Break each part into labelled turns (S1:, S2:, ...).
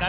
S1: The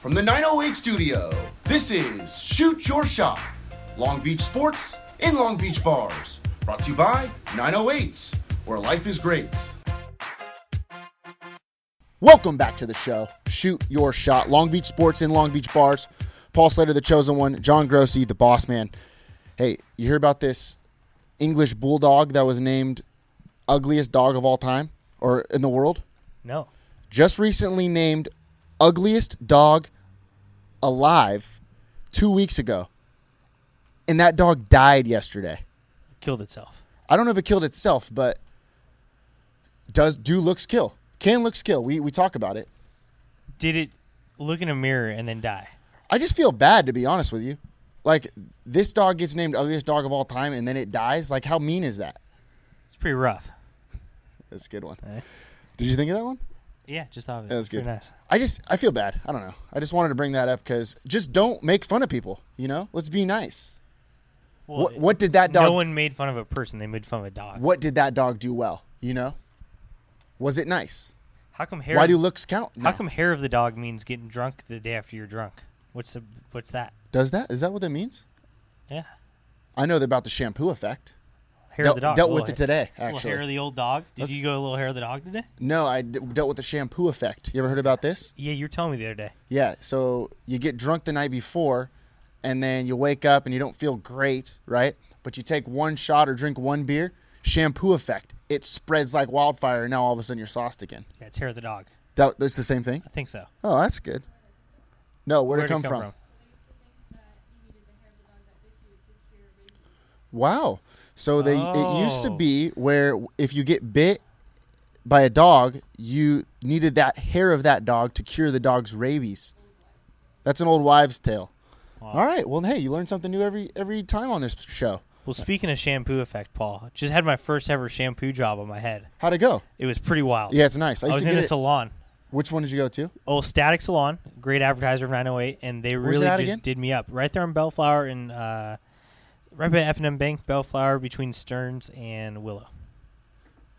S2: from the 908 studio, this is Shoot Your Shot Long Beach Sports in Long Beach Bars. Brought to you by 908s, where life is great.
S3: Welcome back to the show. Shoot your shot. Long Beach Sports in Long Beach Bars. Paul Slater, the chosen one. John Grossi, the boss man. Hey, you hear about this English bulldog that was named ugliest dog of all time or in the world?
S4: No.
S3: Just recently named ugliest dog alive two weeks ago. And that dog died yesterday.
S4: Killed itself.
S3: I don't know if it killed itself, but does do looks kill? Can looks kill? We we talk about it.
S4: Did it look in a mirror and then die?
S3: I just feel bad to be honest with you. Like this dog gets named ugliest dog of all time, and then it dies. Like how mean is that?
S4: It's pretty rough.
S3: That's a good one.
S4: Eh.
S3: Did you think of that one?
S4: Yeah, just off it.
S3: That was good.
S4: Pretty nice.
S3: I just I feel bad. I don't know. I just wanted to bring that up because just don't make fun of people. You know, let's be nice.
S4: Well,
S3: what what did that dog?
S4: No one made fun of a person. They made fun of a dog.
S3: what did that dog do well? You know, was it nice?
S4: How come hair?
S3: Why do looks count?
S4: How
S3: now?
S4: come hair of the dog means getting drunk the day after you're drunk? What's the What's that?
S3: Does that is that what that means?
S4: Yeah,
S3: I know about the shampoo effect.
S4: hair
S3: Dealt-
S4: of the dog.
S3: dealt
S4: Little
S3: with it
S4: hair-
S3: today,
S4: little
S3: actually.
S4: hair of the old dog. Did you go a little hair of the dog today?
S3: No, I d- dealt with the shampoo effect. You ever heard about this?
S4: Yeah, you were telling me the other day.
S3: Yeah. So you get drunk the night before, and then you wake up and you don't feel great, right? But you take one shot or drink one beer, shampoo effect. It spreads like wildfire, and now all of a sudden you're sauced again.
S4: Yeah, it's hair of the dog.
S3: That, that's the same thing.
S4: I think so.
S3: Oh, that's good. No, where'd,
S4: Where'd
S3: it come, from? Wow. So they it used to
S4: Oh.
S3: be where if you get bit by a dog, you needed that hair of that dog to cure the dog's rabies. That's an old wives' tale. All right. Well, hey, you learn something new every every time on this show.
S4: Well, speaking of shampoo effect, Paul, just had my first ever shampoo job on my head.
S3: How'd it go?
S4: It was pretty wild.
S3: Yeah, it's nice. I
S4: I,
S3: used
S4: was
S3: to
S4: in a
S3: get it-
S4: salon.
S3: Which one did you go to?
S4: Oh, Static Salon, great advertiser of 908, and they
S3: Where's
S4: really
S3: that
S4: just
S3: again?
S4: did me up right there on Bellflower and uh, right by F and M Bank, Bellflower between Stearns and Willow.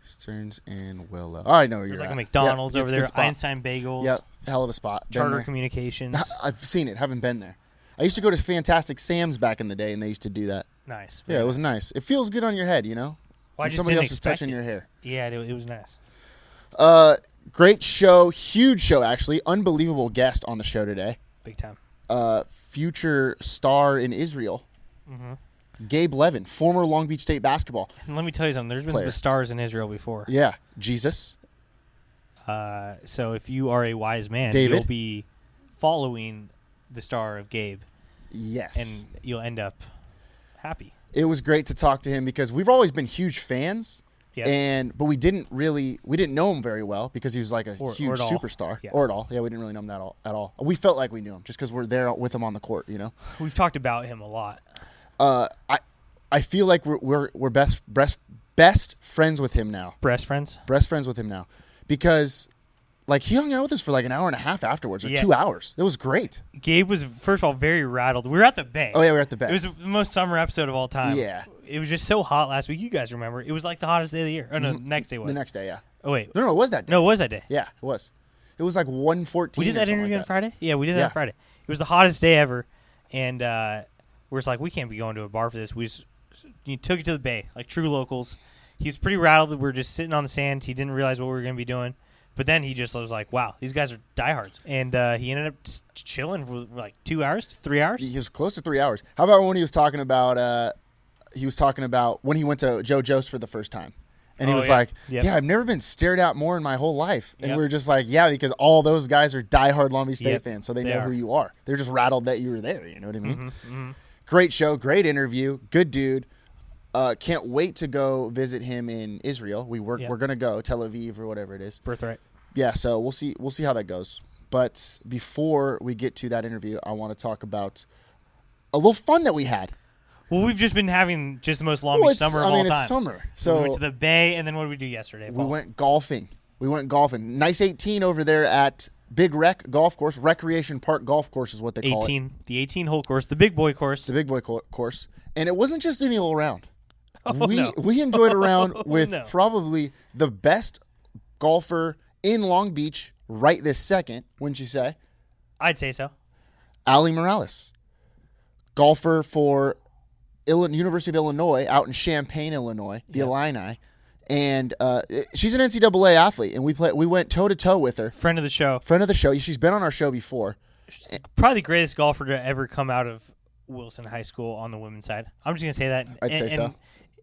S3: Stearns and Willow. Oh, All right, no, you're
S4: There's like
S3: right.
S4: a McDonald's
S3: Yeah,
S4: over
S3: it's a
S4: there,
S3: good spot.
S4: Einstein Bagels,
S3: Yep, hell of a spot. Been
S4: Charter
S3: there.
S4: Communications.
S3: I've seen it. Haven't been there. I used to go to Fantastic Sam's back in the day, and they used to do that.
S4: nice.
S3: Yeah, it was nice. It feels good on your head, you know.
S4: Well, I
S3: When
S4: just
S3: somebody
S4: didn't
S3: else is
S4: expect
S3: touching
S4: it.
S3: your hair.
S4: Yeah, it, it was nice.
S3: Uh, great show, huge show actually. Unbelievable guest on the show today.
S4: Big time.
S3: Uh, future star in Israel,
S4: Mm-hmm.
S3: Gabe Levin, former Long Beach State basketball.
S4: And let me tell you something. There's been
S3: Player.
S4: some stars in Israel before.
S3: Yeah, Jesus.
S4: Uh, so if you are a wise man,
S3: David?
S4: you'll be following the star of Gabe,
S3: Yes,
S4: and you'll end up happy.
S3: it was great to talk to him because we've always been huge fans.
S4: Yeah.
S3: And but we didn't really we didn't know him very well because he was like a
S4: Or- or
S3: huge
S4: at all.
S3: superstar
S4: Yeah.
S3: or at all yeah we didn't really know him that all, at all we felt like we knew him just because we're there with him on the court you know
S4: We've talked about him a lot.
S3: uh, I I feel like we're we're, we're best, best best friends with him now.
S4: Breast friends.
S3: Best friends with him now because like he hung out with us for like an hour and a half afterwards or
S4: Yeah.
S3: 2 hours. It was great.
S4: Gabe was first of all very rattled. We were at the bay.
S3: Oh, yeah, we were at the bay.
S4: It was the most summer episode of all time.
S3: Yeah.
S4: It was just so hot last week. You guys remember? It was like the hottest day of the year. Oh no, next day was.
S3: Mm-hmm. The next day, yeah.
S4: Oh wait.
S3: No, no, it was that day.
S4: No, it was that day.
S3: Yeah, it was. It was like 114
S4: We did
S3: or
S4: that
S3: something
S4: interview
S3: like
S4: on
S3: that.
S4: Friday. Yeah, we did that
S3: Yeah.
S4: on Friday. It was the hottest day ever, and uh, we're just like, we can't be going to a bar for this. We just you took it to the bay, like true locals. He was pretty rattled. that We were just sitting on the sand. He didn't realize what we were going to be doing. But then he just was like, "Wow, these guys are diehards," and uh, he ended up s- chilling for like two hours, three hours.
S3: He was close to 3 hours. How about when he was talking about uh he was talking about when he went to Joe Joe's for the first time. And he
S4: Oh,
S3: was
S4: yeah.
S3: like,
S4: Yep.
S3: "Yeah, I've never been stared at more in my whole life." And
S4: Yep.
S3: we were just like, "Yeah, because all those guys are diehard Long Beach State
S4: Yep,
S3: fans, so they,
S4: they
S3: know
S4: are. Mm-hmm,
S3: who you are. They're just rattled that you were there. You know what I mean? Great show, great interview, good dude. Uh, can't wait to go visit him in Israel. We work,
S4: Yep.
S3: we're gonna go Tel Aviv or whatever it is.
S4: Birthright.
S3: Yeah, so we'll see. We'll see how that goes. But before we get to that interview, I want to talk about a little fun that we had.
S4: Well, we've just been having just the most Long
S3: Well,
S4: Beach
S3: it's-
S4: summer of
S3: I mean,
S4: all
S3: it's
S4: time.
S3: summer,
S4: we
S3: so-
S4: went to the bay, and then what did we do yesterday?
S3: We
S4: Paul?
S3: went golfing. We went golfing. Nice 18 over there at Big Rec Golf Course, Recreation Park Golf Course is what they call it.
S4: eighteen, the eighteen hole course, the big boy course.
S3: the big boy co- course, and it wasn't just any old round. we
S4: Oh, no. Oh,
S3: we enjoyed a round with
S4: no.
S3: probably the best golfer in Long Beach right this second, wouldn't you say?
S4: I'd say so.
S3: Ali Morales, golfer for Illi- University of Illinois out in Champaign, Illinois, the Illini, and uh, it- she's an NCAA athlete, and we play we went toe to toe with her.
S4: Friend of the show,
S3: Friend of the show, she's been on our show before.
S4: probably the greatest golfer to ever come out of Wilson High School on the women's side. I'm just gonna say that.
S3: I'd say
S4: And-
S3: so.
S4: and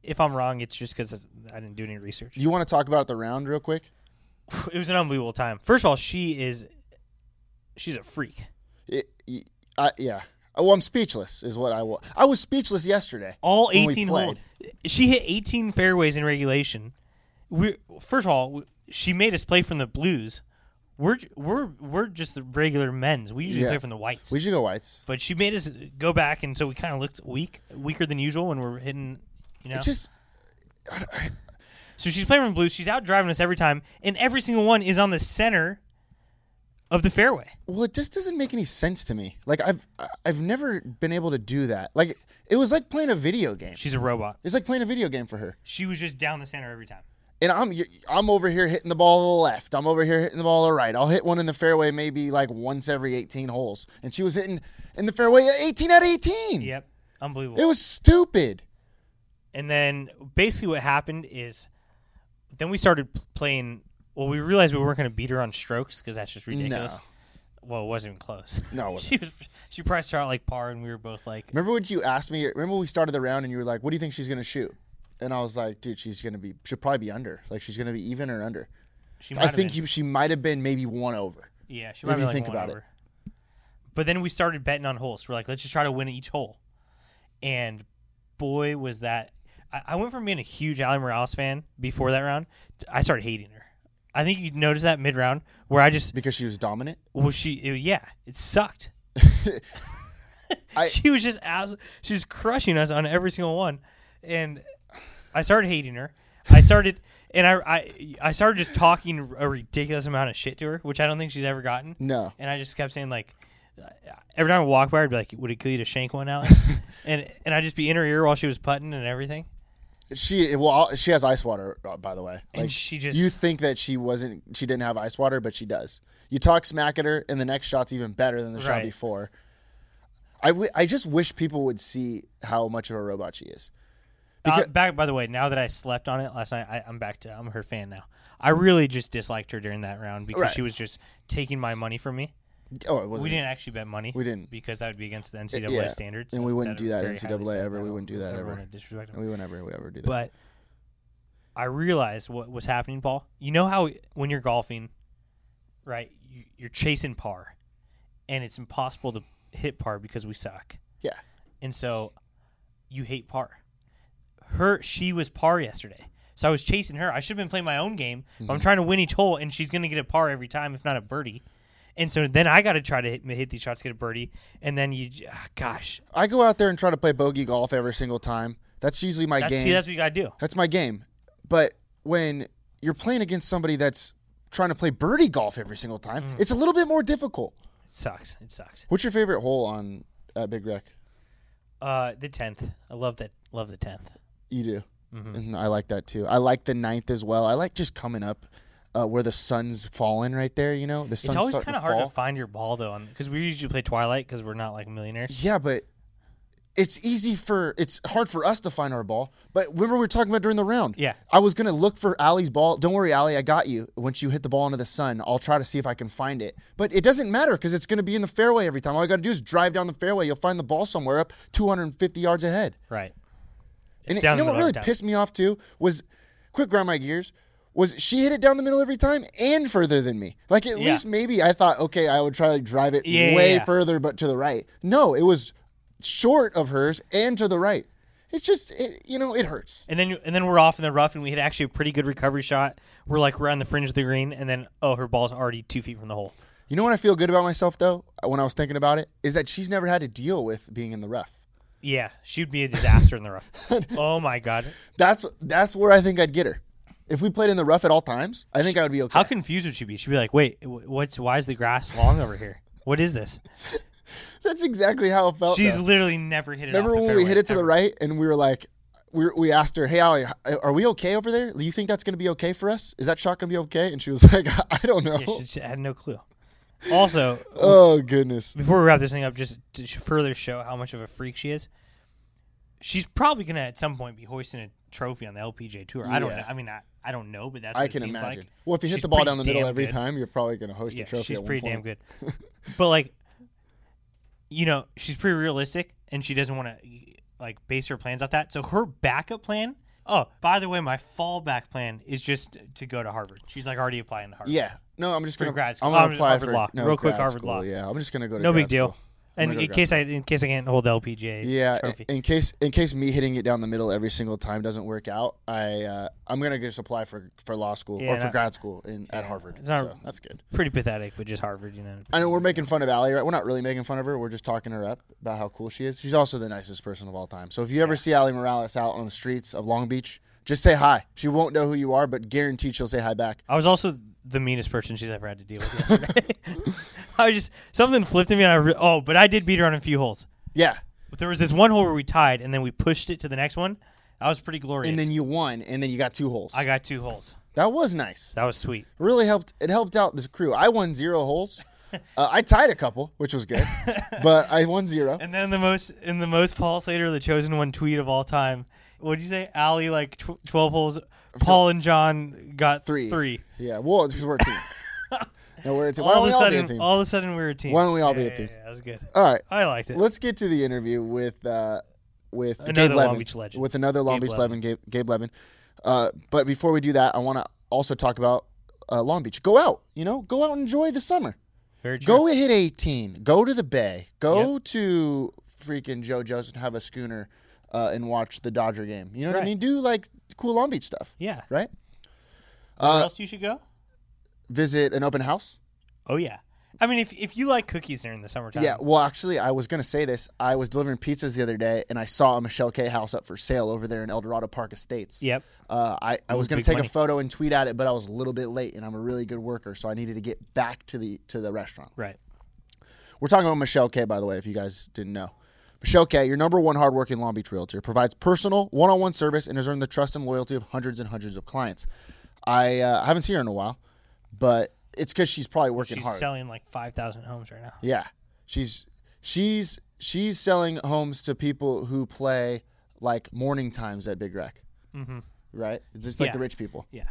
S4: If I'm wrong, it's just because I didn't do any research.
S3: Do you want to talk about the round real quick?
S4: It was an unbelievable time. First of all, she is, she's a freak.
S3: It, y- I, yeah. Oh, Well, I'm speechless, is what I was. I was speechless yesterday.
S4: All
S3: when we
S4: 18 holes.
S3: played.
S4: She hit 18 fairways in regulation. We first of all, we- she made us play from the blues. We're j- we're we're just the regular men's. We usually
S3: Yeah.
S4: play from the whites.
S3: We should go whites.
S4: but she made us go back, and so we kind of looked weak, weaker than usual when we're hitting. You know,
S3: It's just
S4: so she's playing from the blues. She's out driving us every time, and every single one is on the center of the fairway.
S3: well, it just doesn't make any sense to me. Like I've I've never been able to do that. Like it was like playing a video game.
S4: She's a robot.
S3: It's like playing a video game for her.
S4: She was just down the center every time.
S3: And I'm y- I'm over here hitting the ball to the left. I'm over here hitting the ball to the right. I'll hit one in the fairway maybe like once every 18 holes, and she was hitting in the fairway 18 out of 18.
S4: Yep, unbelievable.
S3: It was stupid.
S4: And then basically what happened is then we started p- playing. Well, we realized we weren't going to beat her on strokes because that's just ridiculous. Well, it wasn't even close.
S3: No, it wasn't.
S4: she was, she priced her out like par, and we were both like,
S3: Remember when you asked me? Remember when we started the round and you were like, "What do you think she's gonna shoot?" And I was like, "Dude, she's gonna be. She'll probably be under. Like she's gonna be even or under.
S4: she.
S3: I
S4: Might
S3: think
S4: have
S3: you. She might have been maybe one over.
S4: been. Yeah, she
S3: if
S4: might be
S3: you
S4: like
S3: think
S4: one
S3: about it.
S4: over. But then we started betting on holes. We're like, let's just try to win each hole. And boy, was that! I, I went from being a huge Ali Morales fan before that round. t- I started hating her. I think you noticed that mid round where I just
S3: because she was dominant.
S4: Well, she it, yeah, it sucked. she was just as she was crushing us on every single one, and I started hating her. I started and I, I I started just talking a ridiculous amount of shit to her, which I don't think she's ever gotten.
S3: No.
S4: and I just kept saying like. Every time I walk by, I'd be like, "Would it kill you to shank one out?" and and I'd just be in her ear while she was putting and everything.
S3: She well, she has ice water uh, by the way. Like,
S4: And she just-
S3: You think that she wasn't? She didn't have ice water, but she does. You talk smack at her, and the next shot's even better than the shot
S4: Right.
S3: before. I, w- I just wish people would see how much of a robot she is.
S4: Uh, back by the way, now that I slept on it last night, I, I'm back to I'm her fan now. I really just disliked her during that round because
S3: Mm-hmm. Right.
S4: she was just taking my money from me.
S3: Oh, it wasn't.
S4: We didn't actually bet money.
S3: We didn't. Uh,
S4: because that would be against the NCAA
S3: yeah.
S4: standards,
S3: And we wouldn't do
S4: is
S3: that
S4: very
S3: NCAA
S4: highly said.
S3: ever.
S4: I
S3: We
S4: don't-
S3: wouldn't do that
S4: never
S3: ever.
S4: wanna disrespect them.
S3: We would never would ever do that.
S4: But I realized what was happening, Paul. You know how when you're golfing, right? You, you're chasing par, and it's impossible to hit par because we suck.
S3: yeah.
S4: and so you hate par. Her, she was par yesterday, so I was chasing her. I should have been playing my own game. But
S3: Mm-hmm.
S4: I'm trying to win each hole, and she's going to get a par every time, if not a birdie. And so then I got to try to hit, hit these shots, get a birdie, and then you, j- ah, gosh,
S3: I go out there and try to play bogey golf every single time. That's usually my
S4: that's
S3: game.
S4: see, that's what you got to do.
S3: That's my game. But when you're playing against somebody that's trying to play birdie golf every single time,
S4: Mm-hmm.
S3: it's a little bit more difficult.
S4: It sucks. It sucks.
S3: What's your favorite hole on uh, Big Rec?
S4: Uh, the tenth, I love that. Love the tenth.
S3: You do.
S4: Mm-hmm.
S3: And I like that too. I like the ninth as well. I like just coming up uh, where the sun's falling right there. You know, the sun's
S4: It's always
S3: starting to
S4: kind of hard
S3: fall.
S4: to find your ball though, because we usually play twilight because we're not like millionaires.
S3: Yeah, but it's easy for it's hard for us to find our ball. But remember we were talking about during the round.
S4: Yeah.
S3: I was gonna look for Allie's ball. Don't worry, Allie, I got you. Once you hit the ball into the sun, I'll try to see if I can find it. But it doesn't matter because it's gonna be in the fairway every time. All I gotta do is drive down the fairway. You'll find the ball somewhere up 250 yards ahead.
S4: Right.
S3: And
S4: It's
S3: you
S4: down
S3: know
S4: the
S3: what
S4: middle
S3: really
S4: every time.
S3: pissed me off too was quick grind my gears. Was she hit it down the middle every time and further than me? Like at
S4: Yeah.
S3: least maybe I thought okay I would try to drive it
S4: Yeah,
S3: way
S4: yeah, yeah.
S3: further but to the right. No, it was short of hers and to the right. It's just it, you know it hurts.
S4: And then and then we're off in the rough, and we had actually a pretty good recovery shot. We're like we're on the fringe of the green, and then oh, her ball's already two feet from the hole.
S3: You know what I feel good about myself though, when I was thinking about it, is that she's never had to deal with being in the rough.
S4: Yeah, she'd be a disaster in the rough. Oh my god,
S3: That's that's where I think I'd get her. If we played in the rough at all times, I think I would be okay.
S4: how confused would she be? She'd be like, "Wait, wh- what's why is the grass long over here? What is this?"
S3: that's exactly how it felt.
S4: She's
S3: though.
S4: literally never hit it.
S3: Oh, Remember
S4: off the
S3: when we
S4: fairway,
S3: hit it to the
S4: ever.
S3: right and we were like, we, we asked her, hey, Allie, are we okay over there? Do you think that's going to be okay for us? Is that shot going to be okay? And she was like, I don't know.
S4: Yeah, she, she had no clue. Also,
S3: oh, goodness.
S4: before we wrap this thing up, just to sh- further show how much of a freak she is, she's probably gonna at some point be hoisting a trophy on the LPJ tour. I don't
S3: Yeah.
S4: know. I mean, I, I don't know, but that's what
S3: I
S4: it
S3: can
S4: seems
S3: imagine.
S4: Like.
S3: Well, if you hit
S4: She's
S3: the ball
S4: pretty
S3: down the middle
S4: damn
S3: every
S4: good.
S3: time, you're probably going to host
S4: yeah,
S3: a trophy.
S4: she's
S3: at one
S4: pretty damn
S3: point.
S4: good. but like, you know, she's pretty realistic, and she doesn't want to like base her plans off that. So her backup plan. Oh, by the way, my fallback plan is just to go to Harvard. She's like already applying to Harvard.
S3: Yeah. No, I'm just
S4: For
S3: going to
S4: grad
S3: I'm
S4: school.
S3: going to
S4: Harvard-
S3: apply
S4: Harvard
S3: for
S4: Law.
S3: No,
S4: Real quick,
S3: grad
S4: Harvard
S3: school.
S4: Law.
S3: Yeah, I'm just going to go to
S4: No
S3: grad
S4: big deal.
S3: school. I'm
S4: And
S3: gonna go
S4: in
S3: grad
S4: case I in case I can't hold the LPGA
S3: Yeah,
S4: trophy.
S3: in case in case me hitting it down the middle every single time doesn't work out, I uh, I'm gonna just apply for, for law school
S4: Yeah,
S3: or for
S4: that-
S3: grad school in at Harvard.
S4: not-
S3: so that's good.
S4: pretty pathetic, but just Harvard, you know.
S3: I know we're making fun of Allie, right? We're not really making fun of her. We're just talking her up about how cool she is. She's also the nicest person of all time. So if you ever see Allie Morales out on the streets of Long Beach, just say hi. She won't know who you are, but guaranteed she'll say hi back.
S4: I was also the meanest person she's ever had to deal with yesterday. I was just something flipped in me. And I re- oh, but I did beat her on a few holes.
S3: Yeah.
S4: But there was this one hole where we tied, and then we pushed it to the next one. That was pretty glorious.
S3: And then you won, and then you got two holes.
S4: I got two holes.
S3: that was nice.
S4: That was sweet.
S3: It really helped. It helped out this crew. I won zero holes. Uh, I tied a couple, which was good, but I won zero.
S4: And then the most in the most Paul Slater, the chosen one tweet of all time. What did you say, Allie? Like tw- twelve holes. Paul and John got
S3: Three.
S4: Three.
S3: Yeah, well, it's because we're a team. no, we're a team. Why don't
S4: all of
S3: we
S4: a
S3: all
S4: sudden,
S3: be a team?
S4: all of a sudden, we were a team.
S3: Why don't we all be
S4: Yeah,
S3: a
S4: yeah,
S3: team?
S4: yeah, that was good.
S3: all right.
S4: I liked it.
S3: Let's get to the interview with uh, with
S4: Another
S3: Gabe
S4: Long
S3: Levin,
S4: Beach legend.
S3: with another Long
S4: Gabe
S3: Beach
S4: Levin.
S3: Levin, Gabe, Gabe Levin. Uh, but before we do that, I want to also talk about uh, Long Beach. Go out, you know, go out and enjoy the summer.
S4: Very true.
S3: Go hit 18. Go to the bay. Go to freaking JoJo's and have a schooner uh, and watch the Dodger game. You know what I
S4: Right.
S3: mean? Do like cool Long Beach stuff,
S4: Yeah.
S3: right? Uh,
S4: Where else you should go?
S3: Visit an open house.
S4: Oh yeah. I mean, if if you like cookies during the summertime,
S3: Yeah, well, actually, I was gonna say this. I was delivering pizzas the other day, and I saw a Michelle K house up for sale over there in El Dorado Park Estates.
S4: Yep.
S3: Uh, I, I was gonna
S4: big
S3: take
S4: money.
S3: a photo and tweet at it, but I was a little bit late, and I'm a really good worker, so I needed to get back to the to the restaurant.
S4: Right.
S3: We're talking about Michelle K, by the way, if you guys didn't know. Michelle K, your number one hardworking Long Beach realtor, provides personal one on one service and has earned the trust and loyalty of hundreds and hundreds of clients. I uh, haven't seen her in a while, but it's because she's probably working
S4: She's
S3: hard.
S4: selling like five thousand homes right now.
S3: Yeah. She's she's she's selling homes to people who play like morning times at Big Rec. Mm-hmm. Right? Just like
S4: Yeah.
S3: the rich people.
S4: Yeah.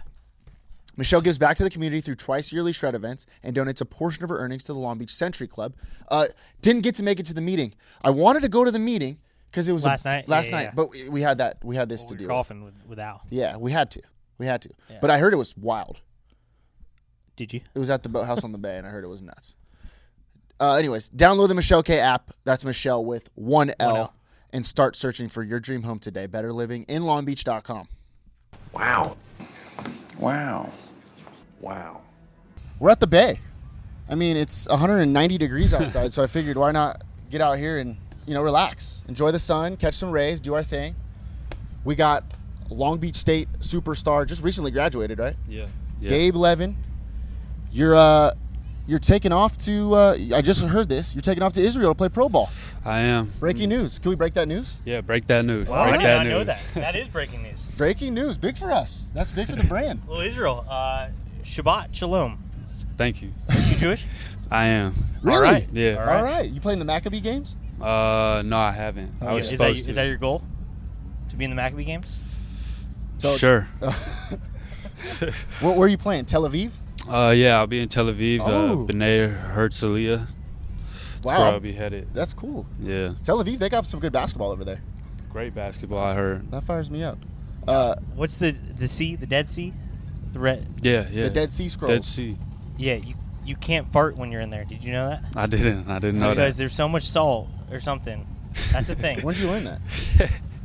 S3: Michelle gives back to the community through twice yearly shred events and donates a portion of her earnings to the Long Beach Century Club. Uh, didn't get to make it to the meeting. I wanted to go to the meeting because it was a-
S4: Last night?
S3: Last
S4: Yeah, yeah,
S3: night,
S4: yeah. Oh,
S3: but we, we had that. We had this to
S4: We
S3: do.
S4: were golfing with, with Al.
S3: Yeah, we had to. We had to. But I heard it was wild.
S4: Did you?
S3: It was at the boathouse on the bay, and I heard it was nuts. Uh, anyways, download the Michelle K app. That's Michelle with one L, and start searching for your dream home today. Better living in LongBeach.com.
S5: Wow. Wow.
S3: We're at the bay. I mean, it's 190 degrees outside, so I figured why not get out here and you know relax, enjoy the sun, catch some rays, do our thing. We got Long Beach State superstar, just recently graduated, right?
S6: Yeah. yeah.
S3: Gabe Levin. You're uh, you're taking off to. Uh, I just heard this. You're taking off to Israel to play pro ball.
S6: I am.
S3: Breaking news. Can we break that news?
S6: Yeah, break that news.
S4: I
S6: break
S4: did
S6: that
S4: not
S6: news.
S4: know that. That is breaking news.
S3: Breaking news. Big for us. That's big for the brand.
S4: Well, Israel, uh, Shabbat Shalom.
S6: Thank you.
S4: You Jewish?
S6: I am.
S3: Really? All right.
S6: Yeah.
S3: All right. You playing the Maccabee games?
S6: Uh, no, I haven't. I was
S4: is that
S6: supposed
S4: is that your goal? To be in the Maccabee games?
S6: to. Sure.
S3: Where, where are you playing? Tel Aviv.
S6: Uh, yeah, I'll be in Tel Aviv,
S3: Oh.
S6: uh, B'nai Herzliya. That's where
S3: Wow.
S6: I'll be headed.
S3: That's cool.
S6: Yeah.
S3: Tel Aviv. They got some good basketball over there.
S6: Great basketball, I heard.
S3: That fires me up. Uh,
S4: What's the the sea? The Dead Sea? The red?
S6: Yeah, yeah.
S3: The Dead Sea Scrolls.
S6: Dead Sea.
S4: Yeah. You you can't fart when you're in there. Did you know that?
S6: I didn't. I didn't know
S4: because
S6: that.
S4: there's so much salt or something. That's a thing.
S3: When did you learn that?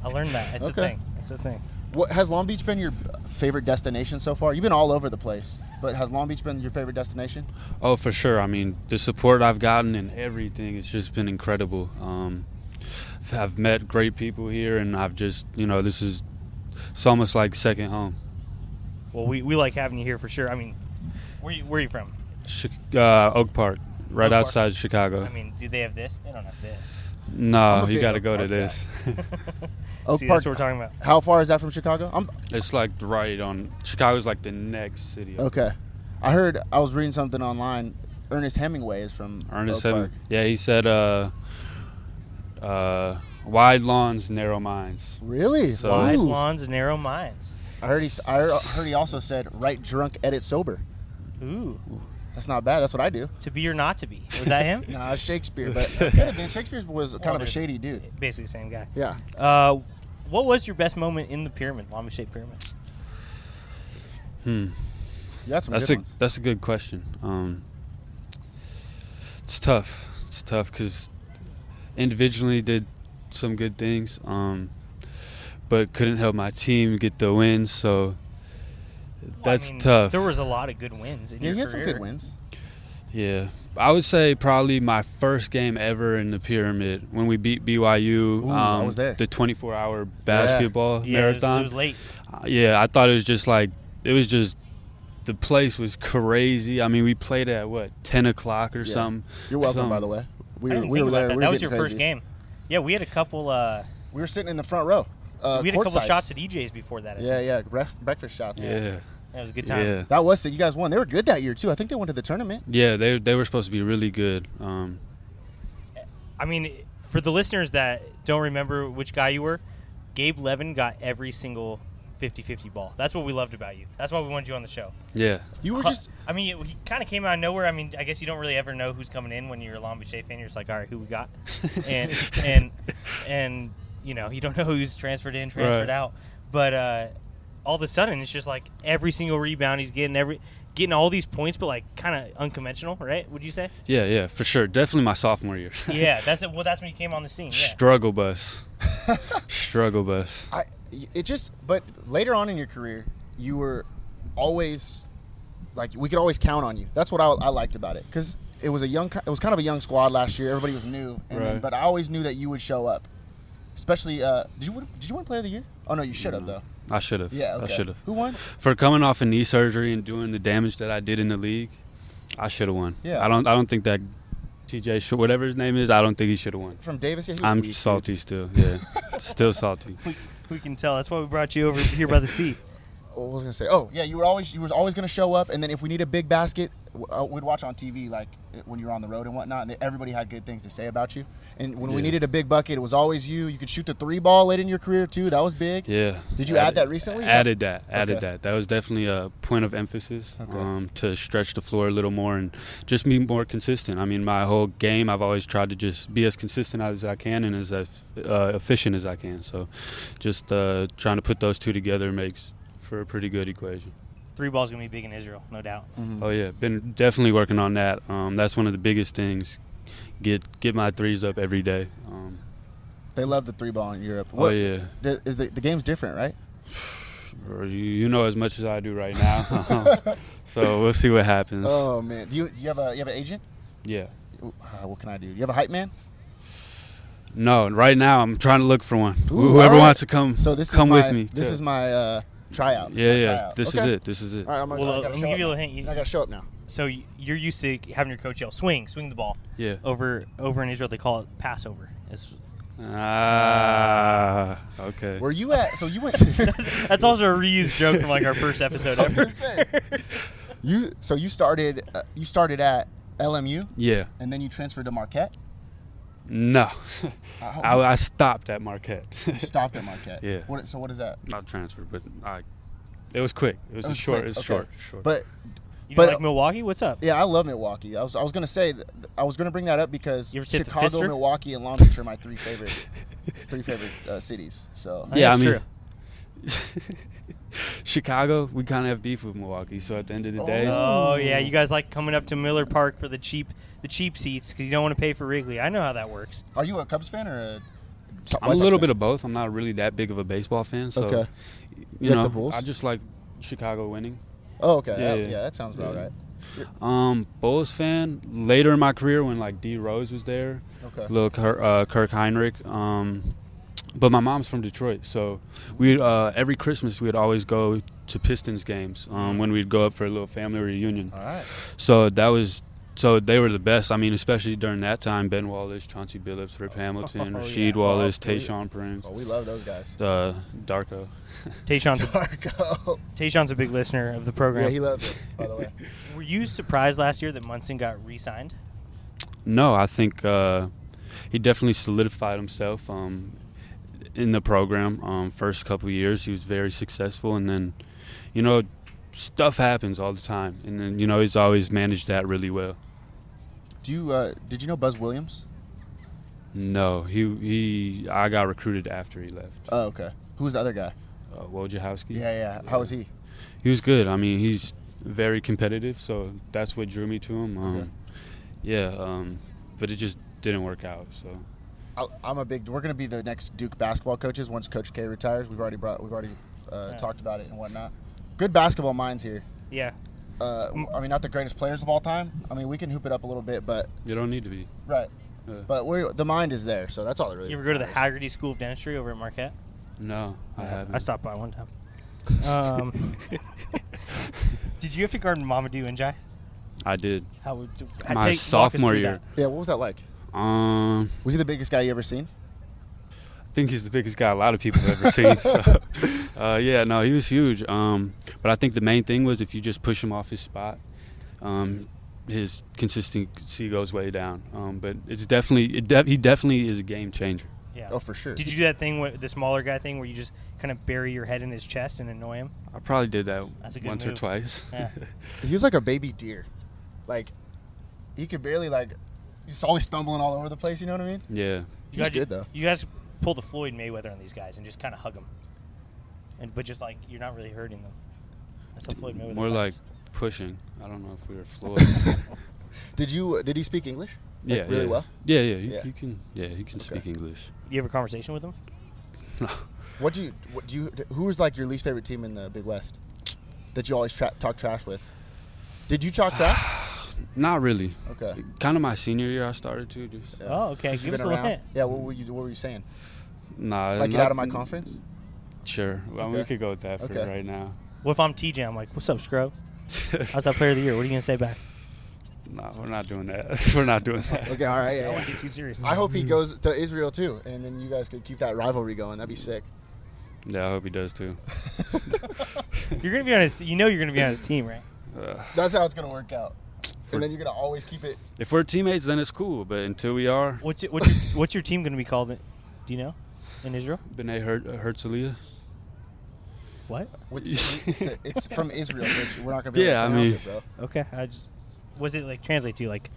S4: I learned that. It's
S3: Okay.
S4: a thing. It's a thing.
S3: What has Long Beach been your favorite destination so far? You've been all over the place, but has Long Beach been your favorite destination?
S6: Oh, for sure. I mean, the support I've gotten and everything, it's just been incredible. Um, I've met great people here, and I've just, you know, this is it's almost like second home.
S4: Well, we, we like having you here for sure. I mean, where you, where you from?
S6: Chi- uh, Oak Park, right
S4: Oak Park.
S6: outside Chicago.
S4: I mean, do they have this? They don't have this.
S6: no,
S3: a
S6: you
S3: big
S6: got to
S3: Oak
S6: go to
S3: Park
S6: this.
S3: Oak
S4: See,
S3: Park.
S4: that's what we're talking about.
S3: How far is that from Chicago? I'm
S6: it's like right on. Chicago's like the next city. up.
S3: okay. I heard I was reading something online. Ernest Hemingway is from
S6: Ernest
S3: Oak
S6: Hemingway.
S3: Park.
S6: Yeah, he said, uh, uh, "Wide lawns, narrow minds."
S3: Really?
S6: So-
S4: Wide
S3: Ooh.
S4: lawns, narrow minds.
S3: I heard he. s- I heard he also said, "Right drunk, edit sober."
S4: Ooh,
S3: That's not bad. That's what I do.
S4: to be or not to be. Was that him?
S3: Nah, Shakespeare, but it could have been. Shakespeare was kind
S4: Well,
S3: of a
S4: they're
S3: shady dude.
S4: Basically, the same guy.
S3: Yeah.
S4: Uh, what was your best moment in the pyramid, Lama shaped pyramids?
S3: You had some
S6: That's
S3: good
S6: a
S3: ones.
S6: that's a good question. Um, it's tough. It's tough because individually did some good things, um, but couldn't help my team get the win. So that's
S4: I mean,
S6: tough.
S4: There was a lot of good wins in
S3: Yeah,
S4: your
S3: you had some
S4: career.
S3: good wins.
S6: yeah, I would say probably my first game ever in the pyramid when we beat BYU.
S3: Ooh, I
S6: um,
S3: was there.
S6: The 24-hour basketball
S4: Yeah, it was-
S6: marathon. Uh,
S4: It was, late.
S6: Yeah, I thought it was just like it was just the place was crazy. I mean, we played at what ten o'clock or
S3: Yeah.
S6: something.
S3: You're welcome,
S6: Some-
S3: by the way. We,
S4: I
S3: were
S4: didn't
S3: we
S4: think
S3: were
S4: about
S3: there.
S4: that.
S3: We were
S4: that was your
S3: getting
S4: first
S3: crazy.
S4: game. Yeah, we had a couple. Uh,
S3: We were sitting in the front row. Uh,
S4: we had a couple
S3: courtsides.
S4: shots at EJ's before that. I
S3: Yeah, yeah, bref- breakfast shots.
S6: Yeah,
S4: That was a good time.
S6: yeah,
S3: That was sick. You guys won. They were good that year too. I think they went to the tournament.
S6: yeah. They they were supposed to be really good. Um,
S4: I mean, for the listeners that don't remember which guy you were, Gabe Levin got every single 50-50 ball. That's what we loved about you. That's why we wanted you on the show.
S6: yeah,
S3: You were just
S4: I mean, he kind of came out of nowhere. I mean, I guess you don't really ever know who's coming in when you're a Long Beach State fan. You're just like, all right, who we got, and and and you know, you don't know who's transferred in, transferred
S6: Right.
S4: out. But uh, all of a sudden, it's just like every single rebound he's getting, every getting all these points, but like kind of unconventional, right? Would you say?
S6: yeah, yeah. For sure, definitely my sophomore year.
S4: Yeah, that's it. Well, that's when you came on the scene. Yeah.
S6: Struggle bus, struggle bus.
S3: I it just but later on in your career, you were always like we could always count on you. That's what I, I liked about it because it was a young it was kind of a young squad last year. Everybody was new, and then,
S6: Right.
S3: but I always knew that you would show up. Especially, uh, did you win- did you win Player of the Year? Oh no, you should have though.
S6: I should have.
S3: Yeah, okay.
S6: I should have.
S3: Who won?
S6: For coming off a knee surgery and doing the damage that I did in the league, I should have won.
S3: Yeah.
S6: I don't. I don't think that TJ, should, whatever his name is, I don't think he should have won.
S3: From Davis. Yeah, he was
S6: I'm
S3: weak, dude.
S6: salty still. Yeah, still salty.
S4: We can tell. That's why we brought you over here by the sea.
S3: What was I gonna say? Oh yeah, you were always you was always gonna show up, and then if we need a big basket, w- uh, we'd watch on TV like uh, when you were on the road and whatnot, and then everybody had good things to say about you. And when we
S6: Yeah.
S3: needed a big bucket, it was always you. You could shoot the three ball late in your career too. That was big.
S6: Yeah.
S3: Did you add that recently?
S6: Added that. Added
S3: Okay.
S6: that. That was definitely a point of emphasis
S3: Okay.
S6: um, to stretch the floor a little more and just be more consistent. I mean, my whole game, I've always tried to just be as consistent as I can and as uh, efficient as I can. So, just uh, trying to put those two together makes for a pretty good equation.
S4: Three ball's gonna be big in Israel, no doubt.
S3: Mm-hmm.
S6: Oh yeah, been definitely working on that. Um, that's one of the biggest things. Get get my threes up every day. Um,
S3: They love the three ball in Europe.
S6: Oh, yeah.
S3: d- is the the game's different, right?
S6: or you, you know as much as I do right now. Um, so we'll see what happens.
S3: Oh man, do you you have a you have an agent?
S6: Yeah.
S3: Uh, what can I do? You have a hype man?
S6: No, right now I'm trying to look for one.
S3: Ooh,
S6: Whoever
S3: all right.
S6: wants to come,
S3: So this is
S6: come
S3: my,
S6: with me.
S3: This
S6: too.
S3: is my uh, tryout. It's
S6: yeah,
S3: my
S6: yeah.
S3: tryout.
S6: This is
S3: Okay.
S6: it. This is it.
S3: All right, I'm gonna,
S4: Well,
S3: I
S4: uh,
S3: gotta
S4: let me
S3: show
S4: give
S3: up
S4: you a
S3: now.
S4: hint. You-
S3: I gotta show up now.
S4: So y- you're used to having your coach yell, "Swing, swing the ball."
S6: Yeah.
S4: Over over in Israel, they call it Passover. It's,
S6: Ah, okay.
S3: Were you at? So you went. to...
S4: that's also a reused joke from like our first episode ever.
S3: you so you started uh, you started at LMU
S6: yeah.
S3: and then you transferred to Marquette.
S6: No,
S3: Uh,
S6: I, I stopped at Marquette.
S3: Stopped at Marquette.
S6: Yeah.
S3: What, so what is that?
S6: Not transferred, but I. It was quick. It was,
S3: That
S6: a short.
S3: quick.
S6: It was
S3: Okay.
S6: short. Short.
S3: But
S4: You
S3: But-
S4: like Milwaukee? What's up?
S3: yeah, I love Milwaukee. I was I was gonna say th- I was gonna bring that up because
S4: You ever hit the
S3: Chicago,
S4: fister?
S3: Milwaukee, and Long Beach are my three favorite three favorite uh, cities. So
S4: think
S6: yeah, I
S4: that's
S6: mean,
S4: true.
S6: Chicago, we kind of have beef with Milwaukee. So at the end of the day,
S4: Oh yeah, you guys like coming up to Miller Park for the cheap the cheap seats because you don't want to pay for Wrigley. I know how that works.
S3: are you a Cubs fan or a?
S6: I'm a little bit of both. I'm not really that big of a baseball fan, so
S3: Okay. Like
S6: you
S3: the
S6: know,
S3: Bulls?
S6: I just like Chicago winning.
S3: Oh, okay.
S6: Yeah,
S3: that-
S6: yeah.
S3: yeah, that sounds about right.
S6: Um, Bulls fan later in my career when like D Rose was there,
S3: Okay.
S6: little Kirk, uh, Kirk Heinrich. Um, but my mom's from Detroit, so we uh, every Christmas we'd always go to Pistons games um, when we'd go up for a little family reunion.
S3: All right.
S6: So that was so they were the best. I mean, especially during that time, Ben Wallace, Chauncey Billups, Rip Hamilton, Rasheed Wallace, Tayshawn Prince,
S3: Well, we love those guys.
S6: uh, Darko.
S4: Tayshawn's a,
S3: Marco.
S4: Tayshawn's a big listener of the program.
S3: yeah, he loves us, by the way.
S4: Were you surprised last year that Munson got re-signed?
S6: No, I think uh, he definitely solidified himself um, in the program. Um, first couple of years, he was very successful, and then, you know, stuff happens all the time, and then you know he's always managed that really well.
S3: Do you uh, did you know Buzz Williams?
S6: No, he he. I got recruited after he left.
S3: Oh, okay. Who was the other guy?
S6: Uh, Wojciechowski.
S3: Yeah, yeah. How was he?
S6: He was good. I mean, he's very competitive, so that's what drew me to him. Um, Yeah, um, but it just didn't work out. So.
S3: I, I'm a big. We're going to be the next Duke basketball coaches once Coach K retires. We've already brought. We've already uh, talked about it and whatnot. Good basketball minds here.
S4: Yeah.
S3: Uh, I mean, not the greatest players of all time. I mean, we can hoop it up a little bit, but
S6: You don't need to be.
S3: right.
S6: Yeah.
S3: But we the mind is there, so that's all that really.
S4: You ever go to the
S3: matters.
S4: Haggerty School of Dentistry over at Marquette?
S6: No, I haven't.
S4: I stopped by one time. Um, did you have to guard Mamadou Njai?
S6: I did.
S4: How would take,
S6: My
S4: walk us
S6: sophomore
S4: through
S6: year.
S3: Yeah, what was that like?
S6: Um,
S3: Was he the biggest guy you ever seen?
S6: I think he's the biggest guy a lot of people have ever seen. So, uh, yeah, no, he was huge. Um, but I think the main thing was if you just push him off his spot, um, his consistency goes way down. Um, but it's definitely it de- he definitely is a game changer.
S4: that? Yeah.
S3: Oh, for sure.
S4: Did you do that thing with the smaller guy thing where you just kind of bury your head in his chest and annoy him?
S6: I probably did that
S4: That's a good
S6: once or
S4: move.
S6: twice.
S4: Yeah.
S3: He was like a baby deer. Like he could barely like. He's always stumbling all over the place. You know what I mean?
S6: yeah.
S4: You
S3: He's
S4: guys-
S3: good, though.
S4: You guys pull the Floyd Mayweather on these guys and just kind of hug them, and but just like you're not really hurting them. That's how Floyd Mayweather.
S6: More like
S4: fights.
S6: pushing. I don't know if we were Floyd.
S3: Did you? Did he speak English? Like,
S6: yeah.
S3: really
S6: yeah.
S3: well.
S6: Yeah, yeah. You,
S3: Yeah.
S6: you can. Yeah, you can speak English.
S4: you have a conversation with him.
S3: What do you? What do you? Who was like your least favorite team in the Big West that you always tra- talk trash with? Did you talk trash?
S6: Not really.
S3: Okay.
S6: Kind of my senior year, I started to just.
S4: Oh, okay.
S3: You
S4: Give
S3: been
S4: us a
S3: around?
S4: hint.
S3: Yeah. What were you? What were you saying?
S6: Nah.
S3: Like get
S6: not-
S3: out of my conference?
S6: Sure. Well, we
S3: Okay.
S6: could go with that for
S3: Okay.
S6: right now.
S4: What if I'm TJ? I'm like, what's up, Scrub? How's that player of the year? What are you gonna say back?
S6: No, we're not doing that. we're not doing that.
S3: Okay. All right.
S4: I
S3: Yeah,
S4: don't
S3: yeah.
S4: want to get too serious.
S3: I hope he goes to Israel too, and then you guys could keep that rivalry going. That'd be sick.
S6: Yeah, I hope he does too.
S4: you're gonna be on his. You know you're gonna be on his team, right?
S3: That's how it's gonna work out. And then you're gonna always keep it.
S6: If we're teammates, then it's cool. But until we are,
S4: What's your, what's your, what's your team gonna be called? in- Do you know? In Israel?
S6: B'nai Her- uh, Herzliya.
S4: What?
S3: With, it's, a, it's from Israel. Which we're not gonna be
S6: Yeah, I
S3: able to pronounce
S6: mean-
S3: it, bro.
S4: Okay. I just. Was it like translate to like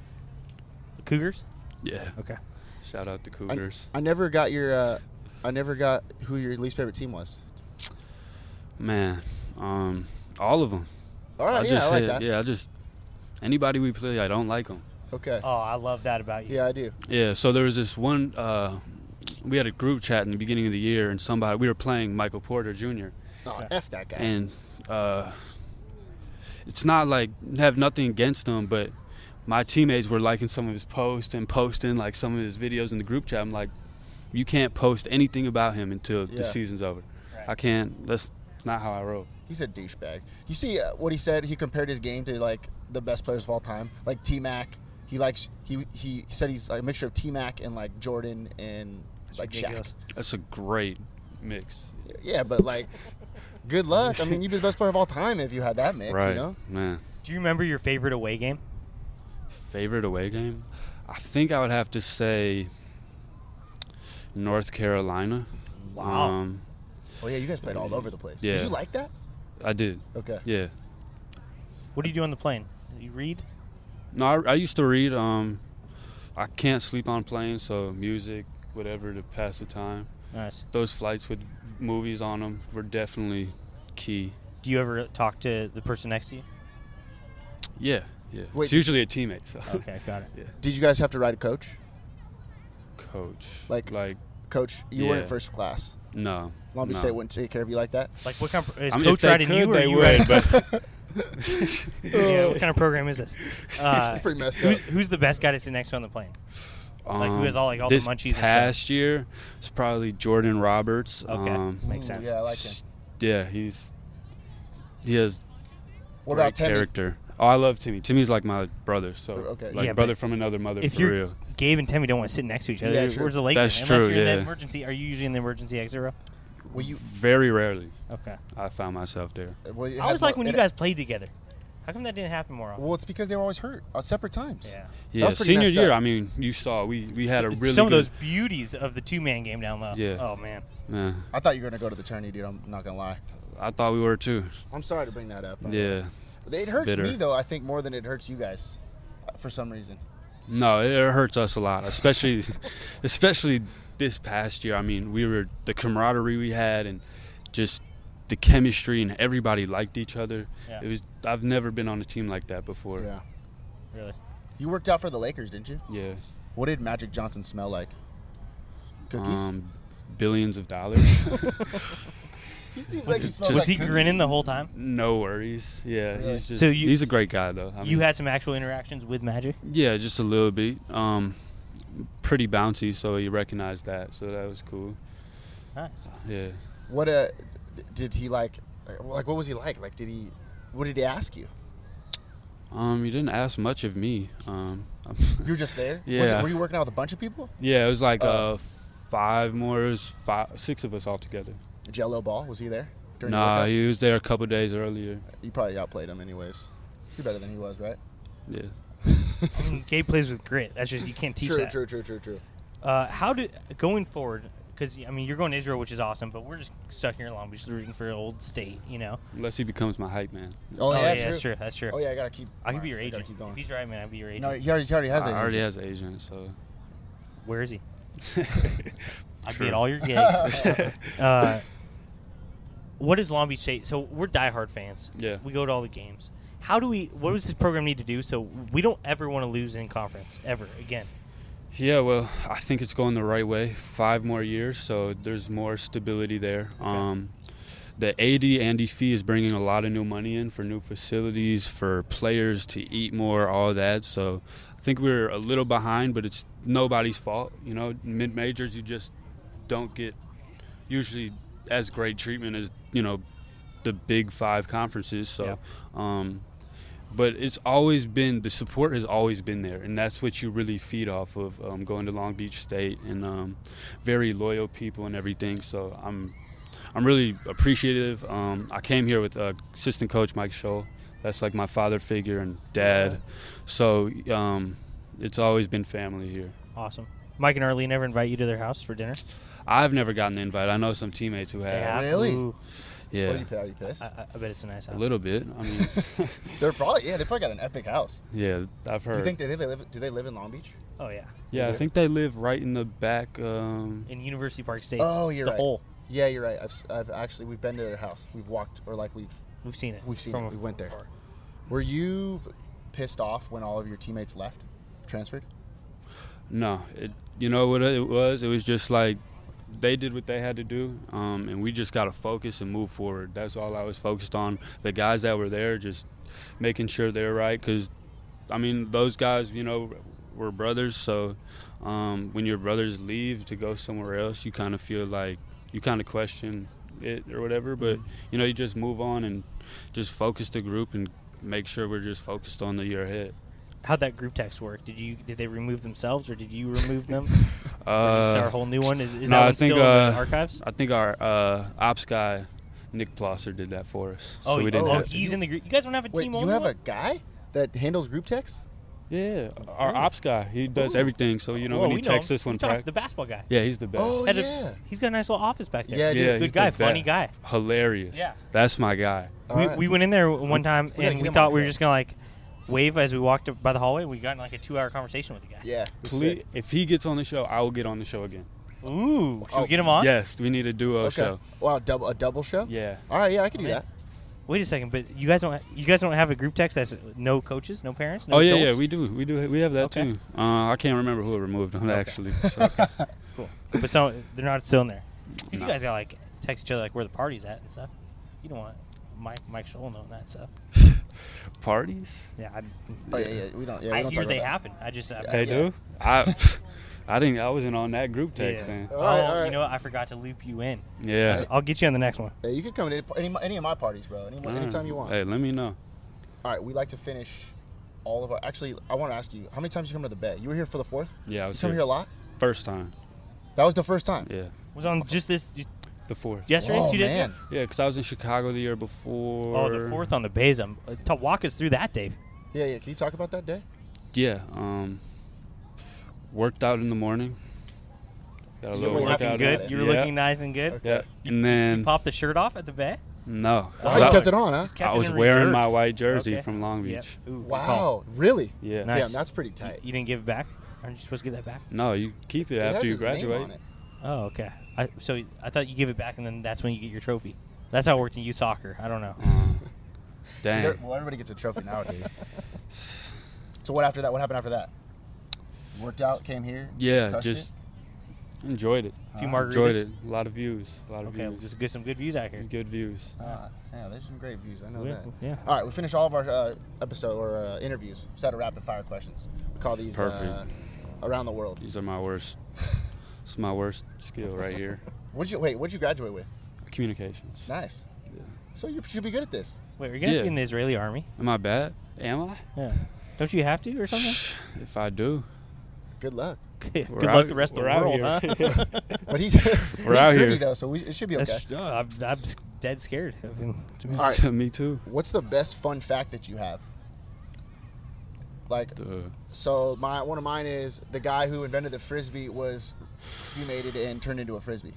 S4: the Cougars?
S6: Yeah.
S4: Okay.
S6: Shout out the
S3: I,
S6: Cougars.
S3: I never got your. Uh, I never got who your least favorite team was.
S6: Man, um, all of them.
S3: All right,
S6: I
S3: Uh, yeah,
S6: just
S3: I like
S6: said-
S3: that.
S6: Yeah, I just anybody we play, I don't like them.
S3: Okay.
S4: Oh, I love that about you.
S3: yeah, I do.
S6: Yeah. So there was this one. Uh, we had a group chat in the beginning of the year, and somebody we were playing Michael Porter Jr.
S3: Oh, f that guy.
S6: and uh, it's not like have nothing against him, but my teammates were liking some of his posts and posting like some of his videos in the group chat. I'm like, you can't post anything about him until
S3: Yeah.
S6: the season's over.
S4: Right.
S6: I can't. That's not how I roll.
S3: He's a douchebag. You see uh, what he said? He compared his game to like the best players of all time, like T Mac. He likes he he said he's like a mixture of T Mac and like Jordan and like
S4: ridiculous.
S6: That's a great mix.
S3: Shaq. Yeah, but like, good luck. I mean, you'd be the best player of all time if you had that mix.
S6: Right,
S3: You know,
S6: man.
S4: Do you remember your favorite away game?
S6: Favorite away game? I think I would have to say North Carolina.
S4: Wow.
S6: Um,
S3: Oh yeah, you guys played all over the place. Did
S6: Yeah.
S3: you like that?
S6: I did.
S3: Okay.
S6: Yeah.
S4: What do you do on the plane? You read?
S6: No, I, I used to read. Um, I can't sleep on planes, so music, whatever to pass the time.
S4: Nice.
S6: Those flights with movies on them were definitely key.
S4: Do you ever talk to the person next to you?
S6: Yeah, yeah.
S3: Wait,
S6: it's
S3: did-
S6: usually a teammate. So.
S4: Okay, got it.
S3: Did you guys have to ride a coach?
S6: Coach,
S3: Like-
S6: like,
S3: Coach, you weren't
S6: Yeah.
S3: first class.
S6: No.
S3: Long Beach
S6: no.
S3: State wouldn't take care of you like that.
S4: Like what kind of, is
S6: I mean, if
S4: coach
S6: they
S4: riding
S6: could,
S4: you or
S6: they
S4: you
S6: would,
S4: riding?
S6: but
S4: yeah, what kind of program is this? Uh,
S3: It's pretty messed up.
S4: who's, who's the best guy to sit next to on the plane? Like, who
S6: um,
S4: has all- like, all the
S6: this
S4: munchies and stuff?
S6: past year, it's probably Jordan Roberts.
S4: Okay,
S6: Um,
S4: makes sense.
S3: Yeah, I like him.
S6: yeah, he's he has
S3: What
S6: great
S3: about Timmy?
S6: character. Oh, I love Timmy. Timmy's like my brother, so
S3: Okay.
S6: like
S4: Yeah, but
S6: brother from another mother
S4: if
S6: for
S4: you're
S6: real.
S4: Gabe and Timmy don't want to sit next to each other.
S3: Yeah, true.
S4: Where's the lake?
S6: That's
S4: Unless
S6: true,
S4: you're in
S6: yeah.
S4: that emergency, are you usually in the emergency exit row?
S3: Well, you,
S6: Very rarely,
S4: Okay.
S6: I found myself there.
S3: well, it
S4: I always
S3: has
S4: like
S3: more-
S4: when you
S3: it-
S4: guys played together. How come that didn't happen more often?
S3: Well, it's because they were always hurt at separate times.
S4: Yeah.
S6: Yeah,
S3: was pretty
S6: senior
S3: messed
S6: year.
S3: up.
S6: I mean, you saw we we had a really
S4: Some of
S6: good,
S4: those beauties of the two man game down low.
S6: Yeah.
S4: Oh man.
S6: Yeah,
S3: I thought you were gonna go to the tourney, dude. I'm not gonna lie.
S6: I thought we were too.
S3: I'm sorry to bring that up.
S6: Yeah,
S3: It hurts
S6: bitter.
S3: me though. I think more than it hurts you guys, uh, for some reason.
S6: No, it it hurts us a lot, especially especially this past year. I mean, we were the camaraderie we had and just the chemistry and everybody liked each other.
S4: Yeah.
S6: It was I've never been on a team like that before.
S3: Yeah.
S4: Really.
S3: You worked out for the Lakers, didn't you?
S6: Yeah.
S3: What did Magic Johnson smell like? Cookies.
S6: Um, billions of dollars.
S3: he seems
S4: Was,
S3: like he
S4: it-
S3: smells
S4: was
S3: like
S4: he
S3: cookies.
S4: grinning the whole time?
S6: no worries. Yeah,
S3: Really?
S6: he's just
S4: So you-
S6: he's a great guy though. I
S4: you
S6: mean,
S4: had some actual interactions with Magic.
S6: Yeah, just a little bit. Um pretty bouncy, so he recognized that. So that was cool.
S4: Nice.
S6: Yeah.
S3: What uh, d- did he like? Like, what was he like? Like, did he? What did he ask you?
S6: Um you didn't ask much of me. Um
S3: You were just there. Was
S6: Yeah.
S3: it, were you working out with a bunch of people?
S6: Yeah, it was like
S3: Uh,
S6: uh, five more. It was five, six of us all together.
S3: Jello Ball was he there? During the
S6: Nah,
S3: workout?
S6: he was there a couple days earlier.
S3: you probably outplayed him anyways. You're better than he was, right?
S6: Yeah.
S4: I mean, Gabe plays with grit. That's just you can't teach
S3: True,
S4: that.
S3: true, true, true, true.
S4: Uh, how do going forward? Because I mean, you're going to Israel, which is awesome, but we're just stuck here in Long Beach, rooting for old state. You know.
S6: Unless he becomes my hype man.
S3: Oh, yeah, true.
S4: that's true. That's true.
S3: Oh yeah, I gotta keep.
S4: I could be
S3: honestly,
S4: your
S3: I gotta
S4: agent.
S3: Keep
S4: If
S3: going.
S4: he's right, man, I'd be your agent.
S3: No, he already, he already has
S6: I
S3: it.
S6: already has an agent, so
S4: Where is he? I'd
S6: True.
S4: be at all your gigs. uh, what is Long Beach State? So we're diehard fans.
S6: Yeah.
S4: We go to all the games. How do we? What does this program need to do so we don't ever want to lose in conference ever again?
S6: yeah. Well, I think it's going the right way. Five more years, so there's more stability there. Um, the AD Andy Fee E is bringing a lot of new money in for new facilities, for players to eat more, all that. So I think we're a little behind, but it's nobody's fault. You know, mid majors, you just don't get usually as great treatment as you know the big five conferences. So,
S4: Yeah.
S6: um, but it's always been the support has always been there, and that's what you really feed off of um, going to Long Beach State and um, very loyal people and everything. So I'm I'm really appreciative. Um, I came here with uh, assistant coach Mike Scholl. That's like my father figure and dad. So um, it's always been family here.
S4: Awesome. Mike and Arlie never invite you to their house for dinner.
S6: I've never gotten the invite. I know some teammates who have.
S3: Really?
S4: Ooh,
S6: Yeah.
S3: What are you, are you pissed?
S4: I, I- I bet it's a nice house.
S6: A little bit. I mean,
S3: they're probably yeah. They probably got an epic house.
S6: yeah, I've heard.
S3: Do you think they, they live? Do they live in Long Beach?
S4: Oh yeah.
S6: yeah, I think they live right in the back. Um,
S4: In University Park State.
S3: Oh, you're
S4: the
S3: right.
S4: hole.
S3: Yeah, you're right. I've, s- I've actually we've been to their house. We've walked or like we've.
S4: We've seen it.
S3: We've seen
S4: from
S3: it. We went there.
S4: afar.
S3: Were you pissed off when all of your teammates left, transferred?
S6: no, it, you know what it was? It was just like they did what they had to do, um, and we just got to focus and move forward. That's all I was focused on. The guys that were there, just making sure they're right. Because, I mean, those guys, you know, were brothers. So um, when your brothers leave to go somewhere else, you kind of feel like you kind of question it or whatever. But, you know, you just move on and just focus the group and make sure we're just focused on the year ahead.
S4: How'd that group text work? Did you did they remove themselves or did you remove them?
S6: Uh,
S4: is there a whole new one? Is, is
S6: no,
S4: that
S6: I
S4: one
S6: think,
S4: still in
S6: uh,
S4: the archives?
S6: I think our uh, ops guy, Nick Plosser, did that for us.
S4: Oh,
S6: so we
S4: you-
S6: didn't
S4: oh,
S6: have to
S4: he's
S6: do-
S4: in the group. You guys don't have a
S3: Wait,
S4: team
S3: you
S4: only
S3: have a
S4: one?
S3: guy that handles group texts?
S6: Yeah, our ops guy. He does everything. So you know
S4: Whoa,
S6: when
S4: we
S6: he texts
S4: him.
S6: us when
S4: We've talked-
S6: practice.
S4: The basketball guy.
S6: Yeah, he's the best.
S3: Oh
S4: Had a-
S3: yeah.
S4: he's got a nice little office back there.
S3: Yeah, dude.
S6: yeah,
S4: good
S6: he's
S4: guy,
S6: the
S4: funny
S6: best.
S4: guy.
S6: Hilarious.
S4: Yeah.
S6: That's my guy.
S3: All
S4: we,
S3: right.
S4: we went in there one time
S3: gotta
S4: and
S3: get
S4: we
S3: him
S4: thought
S3: on
S4: we were
S3: the show.
S4: just gonna like wave as we walked up by the hallway. We got in like a two hour conversation with the guy.
S3: Yeah. it was
S6: Please,
S3: sick.
S6: if he gets on the show, I will get on the show again.
S4: Ooh, should
S3: Oh,
S4: we get him on?
S6: Yes, we need to do a
S3: Okay.
S6: show.
S3: Wow, double a double show.
S6: Yeah.
S3: All right. Yeah, I can do
S4: Okay.
S3: that.
S4: Wait a second, but you guys don't you guys don't have a group text that's no coaches, no parents, no
S6: oh yeah,
S4: adults?
S6: yeah, we do, we do, we have that
S4: Okay.
S6: too. Uh, I can't remember who it removed on actually. So.
S4: But so they're not still in there. Because you guys got like text each other like where the party's at and stuff. You don't want Mike Mike Scholl knowing that stuff.
S6: Parties?
S4: Yeah, I,
S3: Oh yeah, yeah. We don't. Yeah, we
S4: I
S3: don't
S4: hear
S3: talk
S4: they
S3: about
S4: happen. I just I,
S6: They do. I, I didn't. I wasn't on that group
S4: yeah.
S6: text then.
S4: Oh,
S3: All right, all right.
S4: you know what? I forgot to loop you in.
S6: Yeah.
S4: I'll get you on the next one.
S3: that. Yeah, you can come to any, any, any of my parties, bro. Any, anytime you want.
S6: Hey, let me know.
S3: All right, we like to finish all of our. Actually, I want to ask you, how many times you come to the Bay? You were here for the fourth.
S6: Yeah, I was
S3: You come
S6: here.
S3: here a lot.
S6: First time.
S3: That was the first time.
S6: Yeah.
S4: Was on just this
S6: The fourth.
S4: yesterday,
S3: Oh
S4: two days
S3: man,
S4: ago.
S6: Yeah, because I was in Chicago the year before.
S4: Oh, the fourth on the bays. Um, uh, to walk us through that, Dave.
S3: yeah, yeah. Can you talk about that day?
S6: Yeah. Um, worked out in the morning. Got a
S3: You
S6: little
S3: were looking
S6: workout.
S3: good?
S6: in.
S4: You were
S6: Yeah.
S4: looking nice and good.
S6: Yeah. And then
S4: Pop the shirt off at the bay.
S6: no,
S3: Oh,
S6: I,
S3: you kept it on, huh?
S4: Just kept
S6: I
S4: it
S6: was
S4: in
S6: wearing my
S4: reserves.
S6: white jersey
S4: Okay.
S6: from Long
S4: Yep.
S6: Beach.
S4: Ooh, good call.
S3: Wow, really?
S6: Yeah.
S4: Nice.
S3: Damn, that's pretty tight.
S4: You didn't give it back. Aren't you supposed to give that back?
S6: No, you keep it
S3: It has
S6: after you
S3: his name
S6: graduate.
S3: on it.
S4: Oh, okay. I, so I thought you give it back, and then that's when you get your trophy. That's how it worked in youth soccer. I don't know.
S6: Mm-hmm.
S3: Is
S6: Dang.
S3: there- well, everybody gets a trophy nowadays. so what after that? What happened after that? Worked out, came here.
S6: yeah,
S3: crushed
S6: just
S3: it?
S6: enjoyed it.
S4: A few
S6: Enjoyed
S4: margaritas.
S6: it. A lot of views. A lot of
S4: Okay,
S6: views.
S4: just get some good views out here.
S6: Good views.
S3: Ah, yeah, there's some great views. I know
S4: Yeah,
S3: that.
S4: yeah.
S3: All right, we finish all of our uh, episode or uh, interviews. Set of rapid fire questions. We call these Uh,
S6: Perfect.
S3: around the world.
S6: These are my worst. this is my worst skill right here.
S3: What'd you wait? What'd you graduate with?
S6: Communications.
S3: Nice. So you should be good at this.
S4: Wait, are you gonna
S6: Yeah.
S4: be in the Israeli army?
S6: Am I bad? Am I?
S4: Yeah. Don't you have to or something?
S6: If I do,
S3: Good luck.
S4: good
S6: We're
S4: luck
S6: out-
S4: the rest of the
S6: we're out
S4: world, huh?
S6: here.
S3: But he's, he's
S6: out
S3: pretty
S6: here.
S3: though, so we, it should be okay.
S4: That's, oh, I'm, I'm s- dead scared. I mean, to me.
S3: All right.
S6: me too.
S3: What's the best fun fact that you have? Like,
S6: Duh.
S3: so my one of mine is the guy who invented the frisbee was cremated and turned into a frisbee.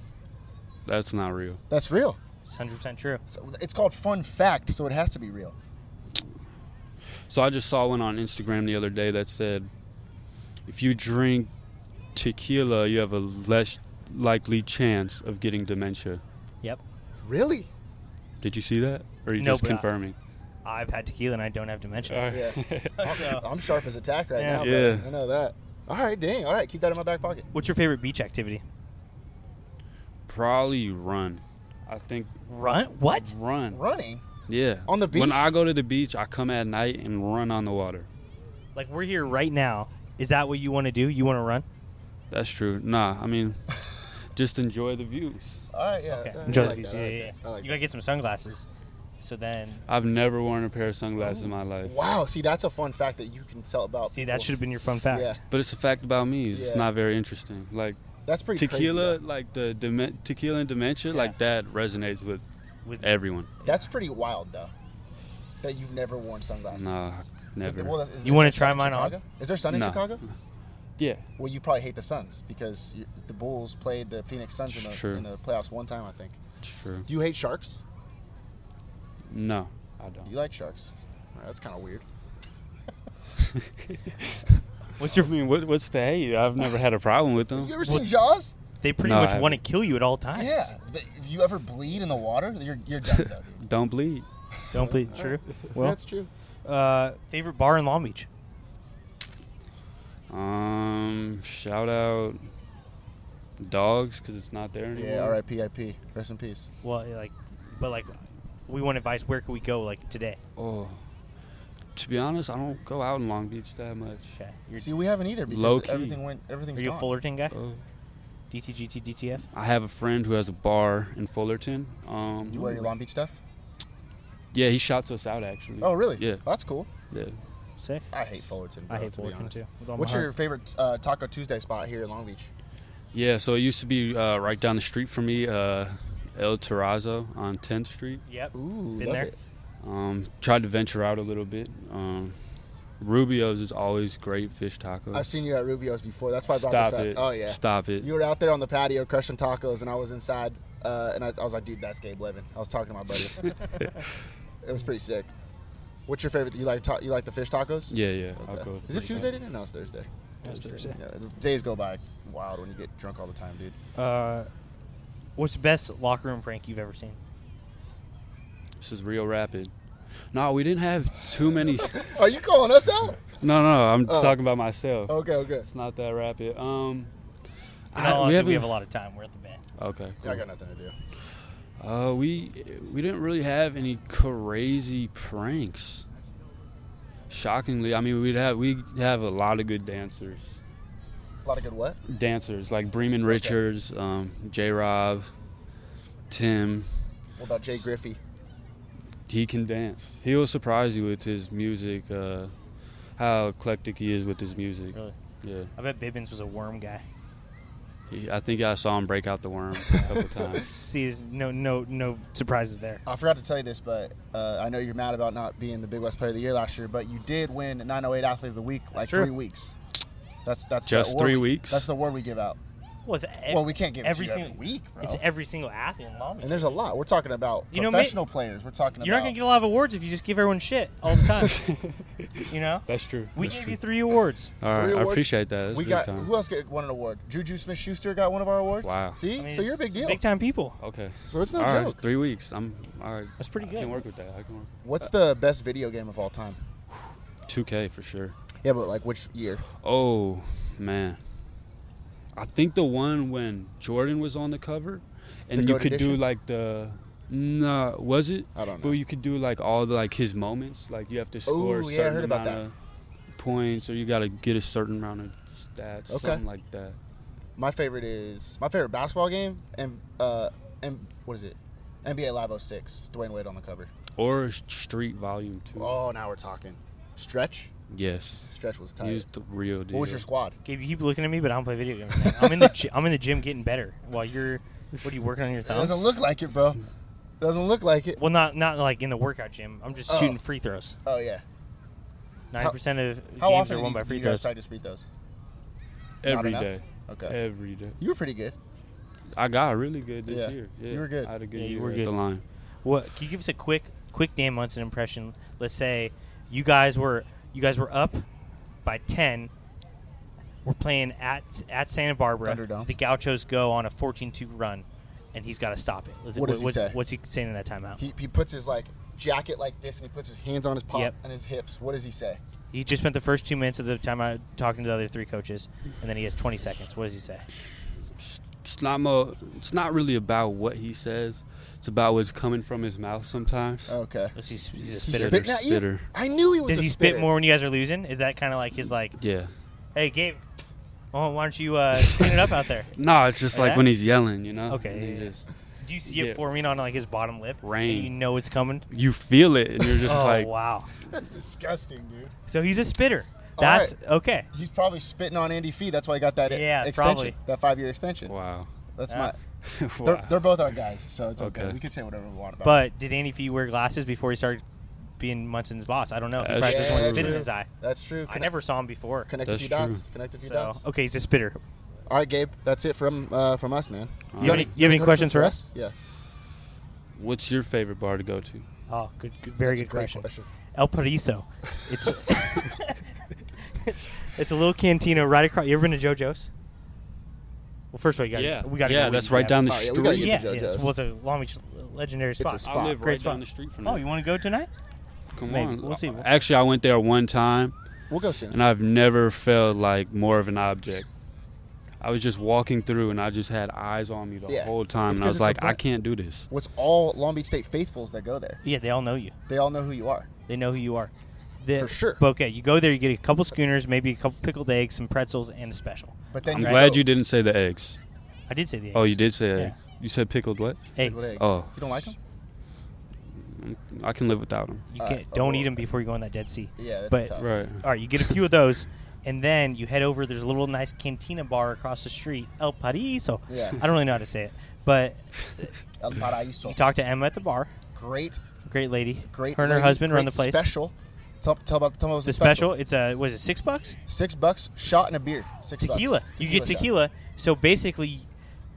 S6: that's not real.
S3: That's real.
S4: It's 100% true.
S3: So it's called fun fact, so it has to be real.
S6: So I just saw one on Instagram the other day that said, if you drink tequila, you have a less likely chance of getting dementia.
S4: Yep.
S3: Really?
S6: Did you see that? Or are you
S4: No,
S6: just
S4: but I-
S6: confirming?
S4: I've had tequila and I don't have dementia.
S3: Yeah.
S4: So,
S3: I'm sharp as a tack right
S4: Yeah.
S3: now.
S6: Yeah.
S3: Bro. I know that. All right, dang. All right, keep that in my back pocket.
S4: what's your favorite beach activity?
S6: Probably run. I think
S4: Run? What?
S6: run.
S3: Running.
S6: Yeah.
S3: On the beach?
S6: When I go to the beach, I come at night and run on the water.
S4: Like we're here right now. Is that what you want to do? You want to run?
S6: That's true. Nah, I mean, just enjoy the views.
S3: All right, yeah. Uh, I
S4: Enjoy
S3: like
S4: the beach.
S3: that, I
S4: Yeah,
S3: like
S4: yeah,
S3: that,
S4: yeah.
S3: I like
S4: you
S3: that.
S4: gotta get some sunglasses. So then,
S6: I've never worn a pair of sunglasses in my life.
S3: Wow, see, that's a fun fact that you can tell about.
S4: see that
S3: people.
S4: should have been your fun fact.
S3: Yeah.
S6: But it's a fact about me. It's
S3: Yeah.
S6: not very interesting. Like
S3: That's pretty crazy,
S6: tequila,
S3: though.
S6: like the demen- tequila and dementia, like that resonates with
S4: With
S6: everyone.
S3: That's pretty wild, though. That you've never worn sunglasses.
S6: Nah, never.
S3: Well, is- is
S4: You wanna
S3: there sun
S4: try
S3: in
S4: mine on?
S3: Chicago? Is there sun in
S6: No.
S3: Chicago?
S6: yeah,
S3: Well, you probably hate the Suns because you, the Bulls played the Phoenix Suns in the,
S6: True.
S3: in the playoffs one time, I think.
S6: true.
S3: Do you hate sharks?
S6: No, I don't.
S3: You like sharks? All right, that's kind of weird.
S6: What's your? I mean, what, what's the hate? I've never had a problem with them.
S3: You ever seen Jaws?
S4: They pretty
S6: No, I
S4: much want to kill you at all times.
S3: Yeah. Th- If you ever bleed in the water, you're, you're done. though, dude.
S6: Don't bleed.
S4: Don't believe true. Well,
S3: that's true.
S4: uh, favorite bar in Long Beach.
S6: Um, shout out dogs because it's not there anymore.
S3: Yeah, R.I.P. I.P. Rest in peace.
S4: Well, eh, like, but like, we want advice. Where can we go? Like today.
S6: Oh, to be honest, I don't go out in Long Beach that much.
S4: Okay. You're,
S3: See, we haven't either because
S6: Low key.
S3: everything went. Everything's
S4: are you a
S3: gone.
S4: Fullerton guy?
S6: Oh.
S4: DTGT DTF.
S6: I have a friend who has a bar in Fullerton. Um,
S3: You wear your Long Beach stuff?
S6: Yeah, he shouts us out actually.
S3: Oh, really?
S6: Yeah,
S3: Well, that's cool.
S6: yeah.
S4: Sick.
S3: I hate Fullerton. Bro,
S4: I hate
S3: to be
S4: Fullerton,
S3: honest.
S4: too, with all my
S3: What's your
S4: heart.
S3: favorite uh, Taco Tuesday spot here in Long Beach?
S6: Yeah, so it used to be uh, right down the street from me, uh, El Terrazzo on 10th Street.
S4: Yep.
S3: Ooh,
S4: Been
S3: love
S4: there.
S3: it.
S6: Um, tried to venture out a little bit. Um, Rubio's is always great fish tacos.
S3: I've seen you at Rubio's before. That's why I brought
S6: Stop
S3: this up.
S6: it.
S3: Oh yeah.
S6: Stop it.
S3: You were out there on the patio crushing tacos, and I was inside, uh, and I, I was like, "Dude, that's Gabe Levin." I was talking to my buddies. it was pretty sick. What's your favorite? You like ta- you like the fish tacos?
S6: yeah, yeah. I'll
S3: Okay.
S6: go with
S3: Is it
S6: fish
S3: Tuesday?
S6: tacos.
S3: Didn't know it's Thursday.
S4: That was Thursday.
S3: Yeah, the days go by wild when you get drunk all the time, dude.
S4: Uh, what's the best locker room prank you've ever seen?
S6: This is real rapid. No, we didn't have too many.
S3: Are you calling us out? Oh.
S6: no, no, I'm talking about myself.
S3: Okay, okay.
S6: It's not that rapid.
S4: In
S6: Um, I-
S4: all honesty,
S6: we
S4: we,
S6: haven't-
S4: have a lot of time. We're at the bay.
S6: Okay.
S7: Yeah, I got nothing to do.
S6: Uh, we we didn't really have any crazy pranks. Shockingly, I mean, we'd have we have a lot of good dancers,
S7: A lot of good what?
S6: dancers like Bremen Richards, um, J. Rob, Tim.
S7: What about Jay Griffey?
S6: He can dance. He will surprise you with his music. Uh, how eclectic he is with his music.
S4: Really?
S6: Yeah.
S4: I bet Bibbins was a worm guy.
S6: He, I think I saw him break out the worm a couple times.
S4: See, there's no, no, no surprises there.
S3: I forgot to tell you this, but uh, I know you're mad about not being the Big West Player of the Year last year, but you did win 908 Athlete of the Week like
S4: true.
S3: three weeks. That's that's the
S6: Just
S3: award
S6: three
S3: we-
S6: weeks?
S3: That's the award we give out.
S4: Well, it's ev-
S3: Well, we can't give it to
S4: every
S3: you every
S4: single
S3: week, bro.
S4: It's every single athlete in Long Beach.
S3: And there's a lot. We're talking about
S4: You know, ma-
S3: professional players. We're talking
S4: You're not
S3: about.
S4: gonna get a lot of awards if you just give everyone shit all the time. you know,
S6: That's true.
S4: we gave you three awards.
S6: All right,
S3: three
S6: I
S3: awards.
S6: appreciate that. That's
S3: we
S6: big
S3: got
S6: time.
S3: who else get, won an award? Juju Smith-Schuster got one of our awards.
S6: Wow.
S3: See,
S4: I mean,
S3: so you're a
S4: it's
S3: big deal.
S4: Big time people.
S6: Okay.
S3: So it's no
S6: all right,
S3: joke.
S6: three weeks. I'm all right.
S4: That's pretty
S6: I
S4: good.
S6: can work with that. I can work.
S3: What's the best video game of all time?
S6: 2K for sure.
S3: Yeah, but like which year?
S6: Oh man, I think the one when Jordan was on the cover, and
S3: The
S6: you
S3: GOAT
S6: could do
S3: edition?
S6: like the. Nah, was it?
S3: I don't
S6: But
S3: know.
S6: you could do like all the like his moments. Like you have to score a
S3: Ooh,
S6: certain
S3: yeah, I heard about
S6: amount of points, or you got to get a certain amount of stats,
S3: Okay.
S6: something like that.
S3: My favorite is my favorite basketball game and uh and what is it? NBA Live 06. Dwayne Wade on the cover.
S6: Or s- Street Volume Two.
S3: Oh, now we're talking. Stretch.
S6: Yes,
S3: Stretch was tight.
S6: he was the real deal.
S3: what was your squad?
S4: Gabe, you keep looking at me, but I don't play video games. man. I'm in the gy- I'm in the gym getting better while you're. What are you working on your
S3: It
S4: thumbs?
S3: doesn't look like it, bro. Doesn't look like it.
S4: well, not not like in the workout gym. I'm just shooting free throws.
S3: Oh yeah.
S4: Ninety percent of
S3: How
S4: games
S3: often
S4: are
S3: do
S4: won
S3: you,
S4: by
S3: do
S4: free
S3: you guys
S4: throws.
S3: practice free throws? Not
S6: every
S3: enough?
S6: day?
S3: Okay.
S6: Every day.
S3: You were pretty good.
S6: I got really good this
S3: Yeah.
S6: year.
S3: You were good.
S6: I had a good
S4: Yeah, you
S6: year
S4: were
S6: at
S4: good.
S6: the line.
S4: What? Can you give us a quick quick Dan Munson impression? Let's say you guys were you guys were up by ten. We're playing at at Santa Barbara.
S3: Thunderdome.
S4: The Gauchos go on a 14-2 run, and he's got to stop it. Let's-
S3: What does he say?
S4: What's he saying in that timeout? He,
S3: He, he puts his like jacket like this and he puts his hands on his pop
S4: Yep.
S3: and his hips. What does he say?
S4: just spent the first two minutes of the timeout talking to the other three coaches, and then he has 20 seconds. What does he say?
S6: it's not mo- it's not really about what he says. It's about what's coming from his mouth sometimes.
S3: Okay.
S4: Let's see, Oh, He's, a
S6: He's
S4: spitter.
S6: spitting
S3: Spitting at you?
S6: spitter.
S3: I knew he was.
S4: Does
S3: a
S4: he
S3: spitter.
S4: spit more when you guys are losing? Is that kind of like his like,
S6: Yeah.
S4: hey Gabe, well, why don't you uh, clean it up out there?
S6: No, it's just like
S4: that?
S6: when he's yelling, you know.
S4: Okay,
S6: And he
S4: yeah, yeah.
S6: just-
S4: Do you see
S6: Yeah.
S4: it forming on like his bottom lip?
S6: Rain.
S4: And you know it's coming.
S6: you feel it, and you're just
S4: oh
S6: like,
S4: wow!
S3: That's disgusting, dude.
S4: So he's a spitter. That's okay.
S3: He's probably spitting on Andy Fee. That's why he got that
S4: Yeah,
S3: extension,
S4: probably.
S3: that five-year extension.
S6: wow.
S3: That's
S4: Yeah.
S3: my. They're,
S6: Wow.
S3: they're both our guys, so it's okay.
S6: Okay.
S3: We can say whatever we want about. it.
S4: But did Andy Fee wear glasses before he started being Munson's boss? I don't know. He
S6: That's
S4: probably just wanted
S6: true.
S4: spit in his eye.
S3: that's true.
S4: I never saw him before.
S3: connect a
S6: That's
S3: few
S6: true.
S3: dots. Connect a few
S4: So
S3: dots.
S4: okay, he's a spitter.
S3: All right, Gabe. That's it from uh, from us, man.
S4: You have any, you have any questions for us?
S3: Yeah.
S6: What's your favorite bar to go to?
S4: Oh, good, good very
S3: That's a
S4: good
S3: great
S4: question. El Pariso. It's, it's it's a little cantina right across. You ever been to JoJo's? Well, first of all, you got
S6: yeah,
S4: we got
S6: yeah, that's right down the
S3: Oh, yeah,
S6: street.
S3: we gotta
S4: Yeah,
S3: get to
S4: yeah, it's-
S3: JoJo's.
S4: well, it's a Long Beach legendary
S3: a
S4: spot.
S3: spot.
S6: I live
S4: Great
S6: right
S4: spot.
S6: down the street from
S4: Oh,
S6: there.
S4: you want to go tonight?
S6: Come
S4: Maybe.
S6: on,
S4: We'll see.
S6: Actually, I went there one time,
S3: We'll go soon.
S6: and I've never felt like more of an object. I was just walking through, and I just had eyes on me the
S3: Yeah.
S6: whole time,
S3: It's
S6: and I
S3: 'cause it's
S6: was
S3: a
S6: like, I
S3: brand-
S6: can't do this.
S3: What's all Long Beach State faithfuls that go there?
S4: Yeah, they all know you.
S3: They all know who you are.
S4: They know who you are. The,
S3: For sure.
S4: But okay, you go there, you get a couple schooners, maybe a couple pickled eggs, some pretzels, and a special.
S3: But then
S6: I'm
S3: you
S6: glad
S3: go-
S6: you didn't say the eggs.
S4: I did say the eggs.
S6: Oh, you did say
S4: Yeah.
S6: eggs. You said pickled what?
S3: Pickled
S4: Eggs.
S3: eggs.
S6: Oh.
S3: You don't like them?
S6: I can live without them.
S4: You
S3: All
S4: can't,
S3: right.
S4: don't
S3: Oh.
S4: eat them before you go in that Dead Sea.
S3: Yeah, that's
S4: but,
S3: tough.
S6: Right.
S4: All right, you get a few of those, and then you head over. There's a little nice cantina bar across the street, El Pariso.
S3: Yeah.
S4: I don't really know how to say it, but
S3: El Paraíso.
S4: you talk to Emma at the bar.
S3: great,
S4: Great lady.
S3: great.
S4: Her and her
S3: lady,
S4: husband run the
S3: great
S4: place.
S3: Special. Tell, tell about tell me about
S4: The special. It's a was it six bucks?
S3: Six bucks, shot and a beer. Six bucks.
S4: Tequila. You get
S3: shot.
S4: tequila. So basically,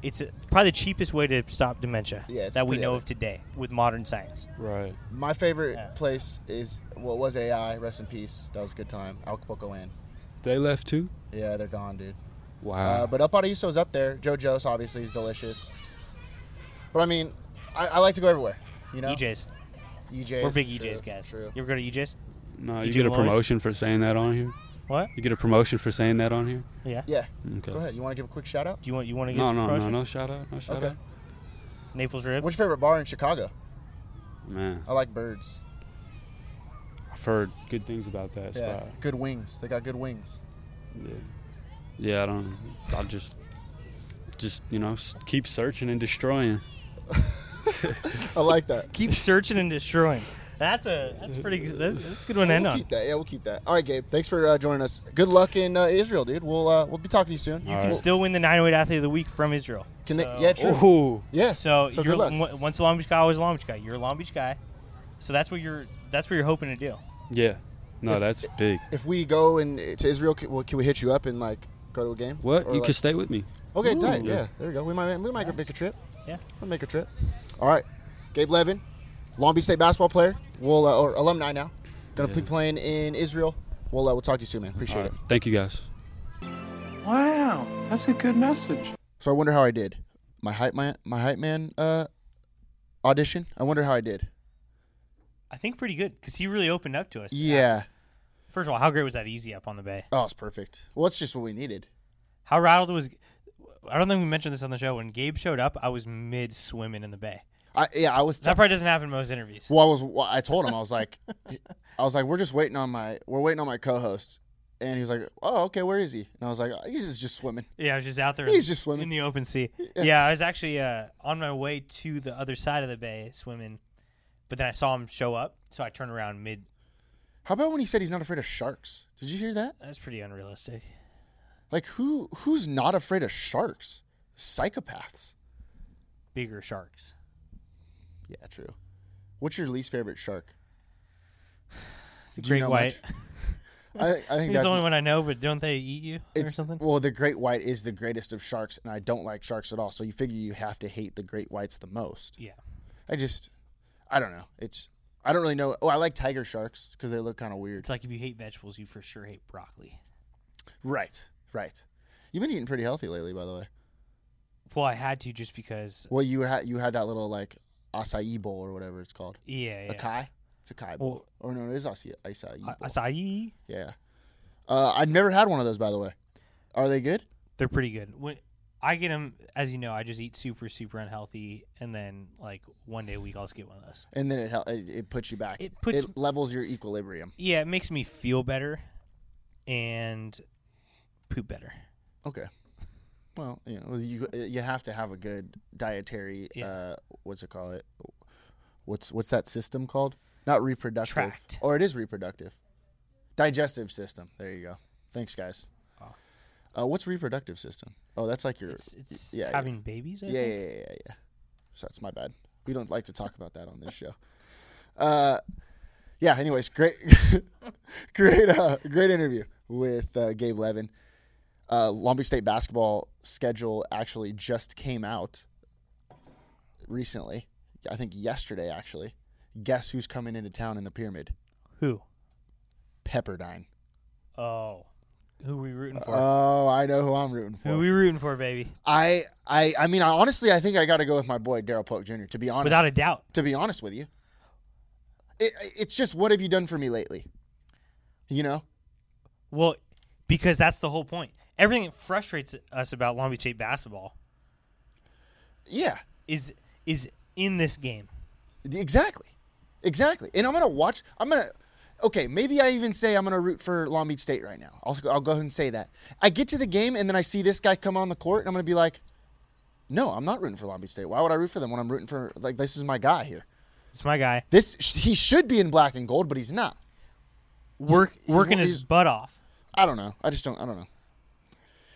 S4: it's uh, probably the cheapest way to stop dementia
S3: Yeah, it's
S4: that we
S3: pretty
S4: know
S3: epic.
S4: of today with modern science.
S6: Right.
S3: My favorite
S4: Yeah.
S3: place is well, it was AI. Rest in peace. That was a good time. Acapulco Inn.
S6: They left too?
S3: Yeah, they're gone, dude.
S6: Wow.
S3: Uh, but El Paraíso is up there. JoJo's obviously is delicious. But I mean, I, I like to go everywhere. You know,
S4: EJ's.
S3: EJ's.
S4: E We're big
S3: true,
S4: EJ's guys.
S3: True.
S4: You ever go to E EJ's?
S6: no,
S4: you
S6: you
S4: do
S6: get a
S4: Lowe's?
S6: promotion for saying that on here.
S4: What?
S6: You get a promotion for saying that on here?
S4: Yeah. Do
S3: Yeah.
S6: Okay.
S3: Go ahead. You want to give a quick shout out?
S4: you want you want to get
S6: No,
S4: some
S6: no, no,
S4: promotion?
S6: no shout out, no shout
S3: Okay.
S6: out.
S4: Naples rib.
S3: What's your favorite bar in Chicago?
S6: Man,
S3: I like birds.
S6: I've heard good things about that
S3: Yeah.
S6: spot.
S3: Good wings. They got good wings.
S6: Yeah. yeah, I don't. I'll just, just you know, s- keep searching and destroying.
S3: I like that.
S4: Keep searching and destroying. That's a that's pretty that's, that's a good one to end
S3: We'll
S4: on.
S3: keep that. Yeah, we'll keep that. All right, Gabe. Thanks for uh, joining us. Good luck in uh, Israel, dude. We'll uh, we'll be talking to you soon.
S4: You can still win the 908 athlete of the week from Israel.
S3: Can
S4: So-
S3: they, yeah, true.
S6: Ooh.
S3: Yeah.
S4: So,
S3: so
S4: you're
S3: good luck.
S4: w- once a Long Beach guy, always a Long Beach guy. You're a Long Beach guy. So that's what you're that's what you're hoping to do.
S6: Yeah. No,
S3: If-
S6: that's big.
S3: if we go and to Israel, can, well, can we hit you up and like go to a game?
S6: What?
S3: Or,
S6: you
S3: like-
S6: can stay with me.
S3: Okay, tight. Yeah, there we go. We might we might
S4: Nice.
S3: make a trip.
S4: Yeah.
S3: We'll make a trip. All right, Gabe Levin, Long Beach State basketball player. We'll uh, or alumni now. Gonna be playing in Israel. We'll uh, we'll talk to you soon, man. Appreciate
S6: All right.
S3: it.
S6: Thank you guys.
S8: Wow, that's a good message.
S3: So I wonder how I did. My hype man, my hype man uh, audition. I wonder how I did.
S4: I think pretty good because he really opened up to us.
S3: Yeah.
S4: First of all, how great was that easy up on the bay?
S3: Oh, it's perfect. Well, it's just what we needed.
S4: How rattled was? I don't think we mentioned this on the show. When Gabe showed up, I was mid swimming in the bay.
S3: I yeah, I was.
S4: So that probably doesn't happen in most interviews.
S3: well, I was. Well, I told him I was like, I was like, we're just waiting on my, we're waiting on my co-host, and he was like, oh, okay, where is he? And I was like, he's just swimming.
S4: Yeah, I was just out there.
S3: He's just swimming.
S4: in the open sea. Yeah, I was actually uh, on my way to the other side of the bay swimming, but then I saw him show up, so I turned around mid.
S3: How about when he said he's not afraid of sharks? Did you hear that?
S4: That's pretty unrealistic.
S3: Like who who's not afraid of sharks? Psychopaths.
S4: Bigger sharks.
S3: Yeah, true. What's your least favorite shark?
S4: The
S3: Do you
S4: great
S3: know
S4: white.
S3: much? I, I
S4: I
S3: think
S4: think
S3: that's
S4: it's the only one I know, but don't they eat you or
S3: it's-
S4: something?
S3: Well, the great white is the greatest of sharks, and I don't like sharks at all. So you figure you have to hate the great whites the most.
S4: yeah.
S3: I just, I don't know. It's I don't really know. Oh, I like tiger sharks because they look kind of weird.
S4: It's like if you hate vegetables, you for sure hate broccoli.
S3: Right, right. You've been eating pretty healthy lately, by the way.
S4: Well, I had to just because.
S3: Well, you had you had that little like acai bowl or whatever it's called.
S4: Yeah. yeah.
S3: Acai. It's a kai bowl. or no, it is acai, acai bowl.
S4: A- acai.
S3: yeah. Uh, I've never had one of those, by the way. Are they good?
S4: They're pretty good. When I get them, as you know, I just eat super, super unhealthy, and then like one day a week, I'll just get one of those.
S3: And then it hel- it, it puts you back.
S4: It puts-
S3: it levels your equilibrium.
S4: Yeah, it makes me feel better, and poop better.
S3: Okay. Well, you know, you you have to have a good dietary.
S4: Yeah.
S3: Uh, what's it called? It what's what's that system called? Not reproductive,
S4: Tract.
S3: or it is reproductive. Digestive system. There you go. Thanks, guys. Uh, what's reproductive system? Oh, that's like your.
S4: It's, it's
S3: yeah, yeah.
S4: having babies. I
S3: yeah, yeah,
S4: think?
S3: yeah, yeah, yeah. So that's my bad. We don't like to talk about that on this show. Uh, yeah. Anyways, great, great, uh, great interview with uh, Gabe Levin. Uh, Long Beach State basketball schedule actually just came out recently. I think yesterday, actually. Guess who's coming into town in the pyramid? Pepperdine.
S4: Who? Oh, who we rooting for?
S3: Oh, I know who I'm rooting for.
S4: who we rooting for, baby?
S3: I, I, I mean, I, honestly, I think I got to go with my boy Daryl Polk Jr. To be honest,
S4: Without a doubt.
S3: to be honest with you. It, it's just what have you done for me lately? You know,
S4: Well, because that's the whole point. Everything that frustrates us about Long Beach State basketball
S3: yeah,
S4: is is in this game.
S3: exactly, exactly. And I'm gonna watch. I'm gonna. Okay, maybe I even say I'm gonna root for Long Beach State right now. I'll I'll go ahead and say that. I get to the game and then I see this guy come on the court and I'm gonna be like, no, I'm not rooting for Long Beach State. Why would I root for them when I'm rooting for like this is my guy here.
S4: It's my guy
S3: This he should be in black and gold, but he's not.
S4: work
S3: he's-
S4: working his
S3: he's-
S4: butt off.
S3: I don't know. I just don't. I don't know.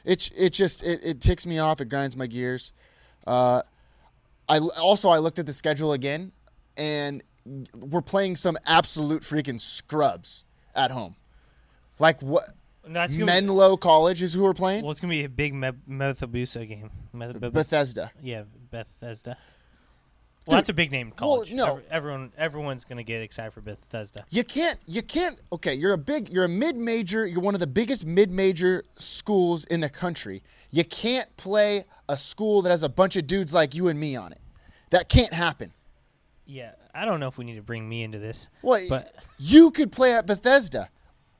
S3: It's it just it, it ticks me off. It grinds my gears. Uh, I also I looked at the schedule again, and we're playing some absolute freaking scrubs at home. Like what?
S4: And That's gonna be,
S3: Menlo College is who we're playing.
S4: well, it's gonna be a big Me- Methabusa game. Meth-
S3: Bethesda.
S4: Yeah, Bethesda. Well, that's a big name in college.
S3: no.
S4: Ev- everyone, everyone's gonna get excited for Bethesda.
S3: You can't. You can't. Okay, you're a big. You're a mid-major. You're one of the biggest mid-major schools in the country. You can't play a school that has a bunch of dudes like you and me on it. That can't happen.
S4: Yeah, I don't know if we need to bring me into this.
S3: Well,
S4: But-
S3: you could play at Bethesda.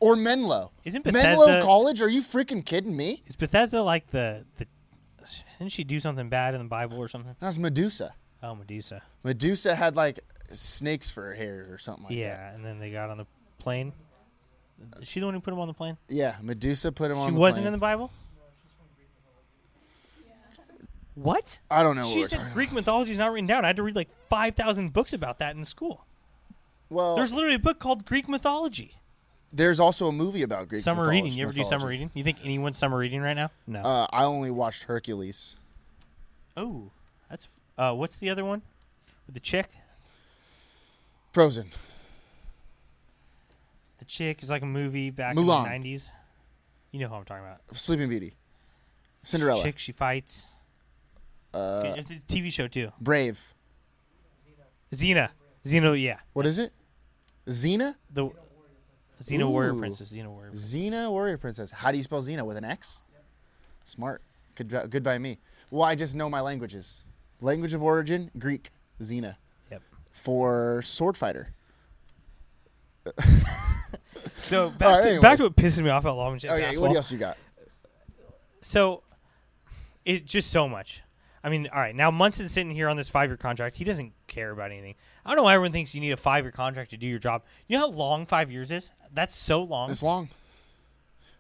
S3: or Menlo.
S4: Isn't
S3: Menlo
S4: Bethesda-
S3: College? Are you freaking kidding me?
S4: Is Bethesda like the the? Didn't she do something bad in the Bible or something?
S3: That's Medusa.
S4: Oh, Medusa.
S3: Medusa had like snakes for her hair or something like that.
S4: Yeah, and then they got on the plane. Is she the one who put him on the plane?
S3: Yeah, Medusa put him on.
S4: she
S3: the
S4: wasn't
S3: plane.
S4: in the Bible. What?
S3: I don't know. what
S4: She
S3: we're
S4: said
S3: talking
S4: Greek mythology is not written down. I had to read like five thousand books about that in school.
S3: about. Well,
S4: There's
S3: there's,
S4: literally a book called Greek mythology.
S3: also a movie about Greek
S4: summer
S3: mythology-
S4: reading. You ever do summer
S3: mythology.
S4: reading? You think anyone's summer reading right now? No.
S3: Uh, I only watched Hercules.
S4: oh, that's. Uh, what's the other one? With the chick.
S3: Frozen.
S4: The chick is like a movie back
S3: Mulan.
S4: in the '90s. You know who I'm talking about.
S3: Sleeping Beauty. Cinderella.
S4: Chick she fights. Uh, the TV show too.
S3: Brave.
S4: Xena. Xena, yeah.
S3: What is it? Xena?
S4: The Xena Warrior
S3: Ooh.
S4: Princess. Xena Warrior. Princess.
S3: Xena Warrior Princess. How do you spell Xena with an X? Smart. Good, good by me. Well, I just know my languages. Language of origin, Greek. Xena.
S4: Yep.
S3: For sword fighter.
S4: So back,
S3: Alright,
S4: to,
S3: anyways.
S4: back to what pisses me off about Long
S3: Oh yeah. What else you got?
S4: So it just so much. I mean, all right. Now Munson's sitting here on this five-year contract. He doesn't care about anything. I don't know why everyone thinks you need a five-year contract to do your job. You know how long five years is? That's so long.
S3: It's long.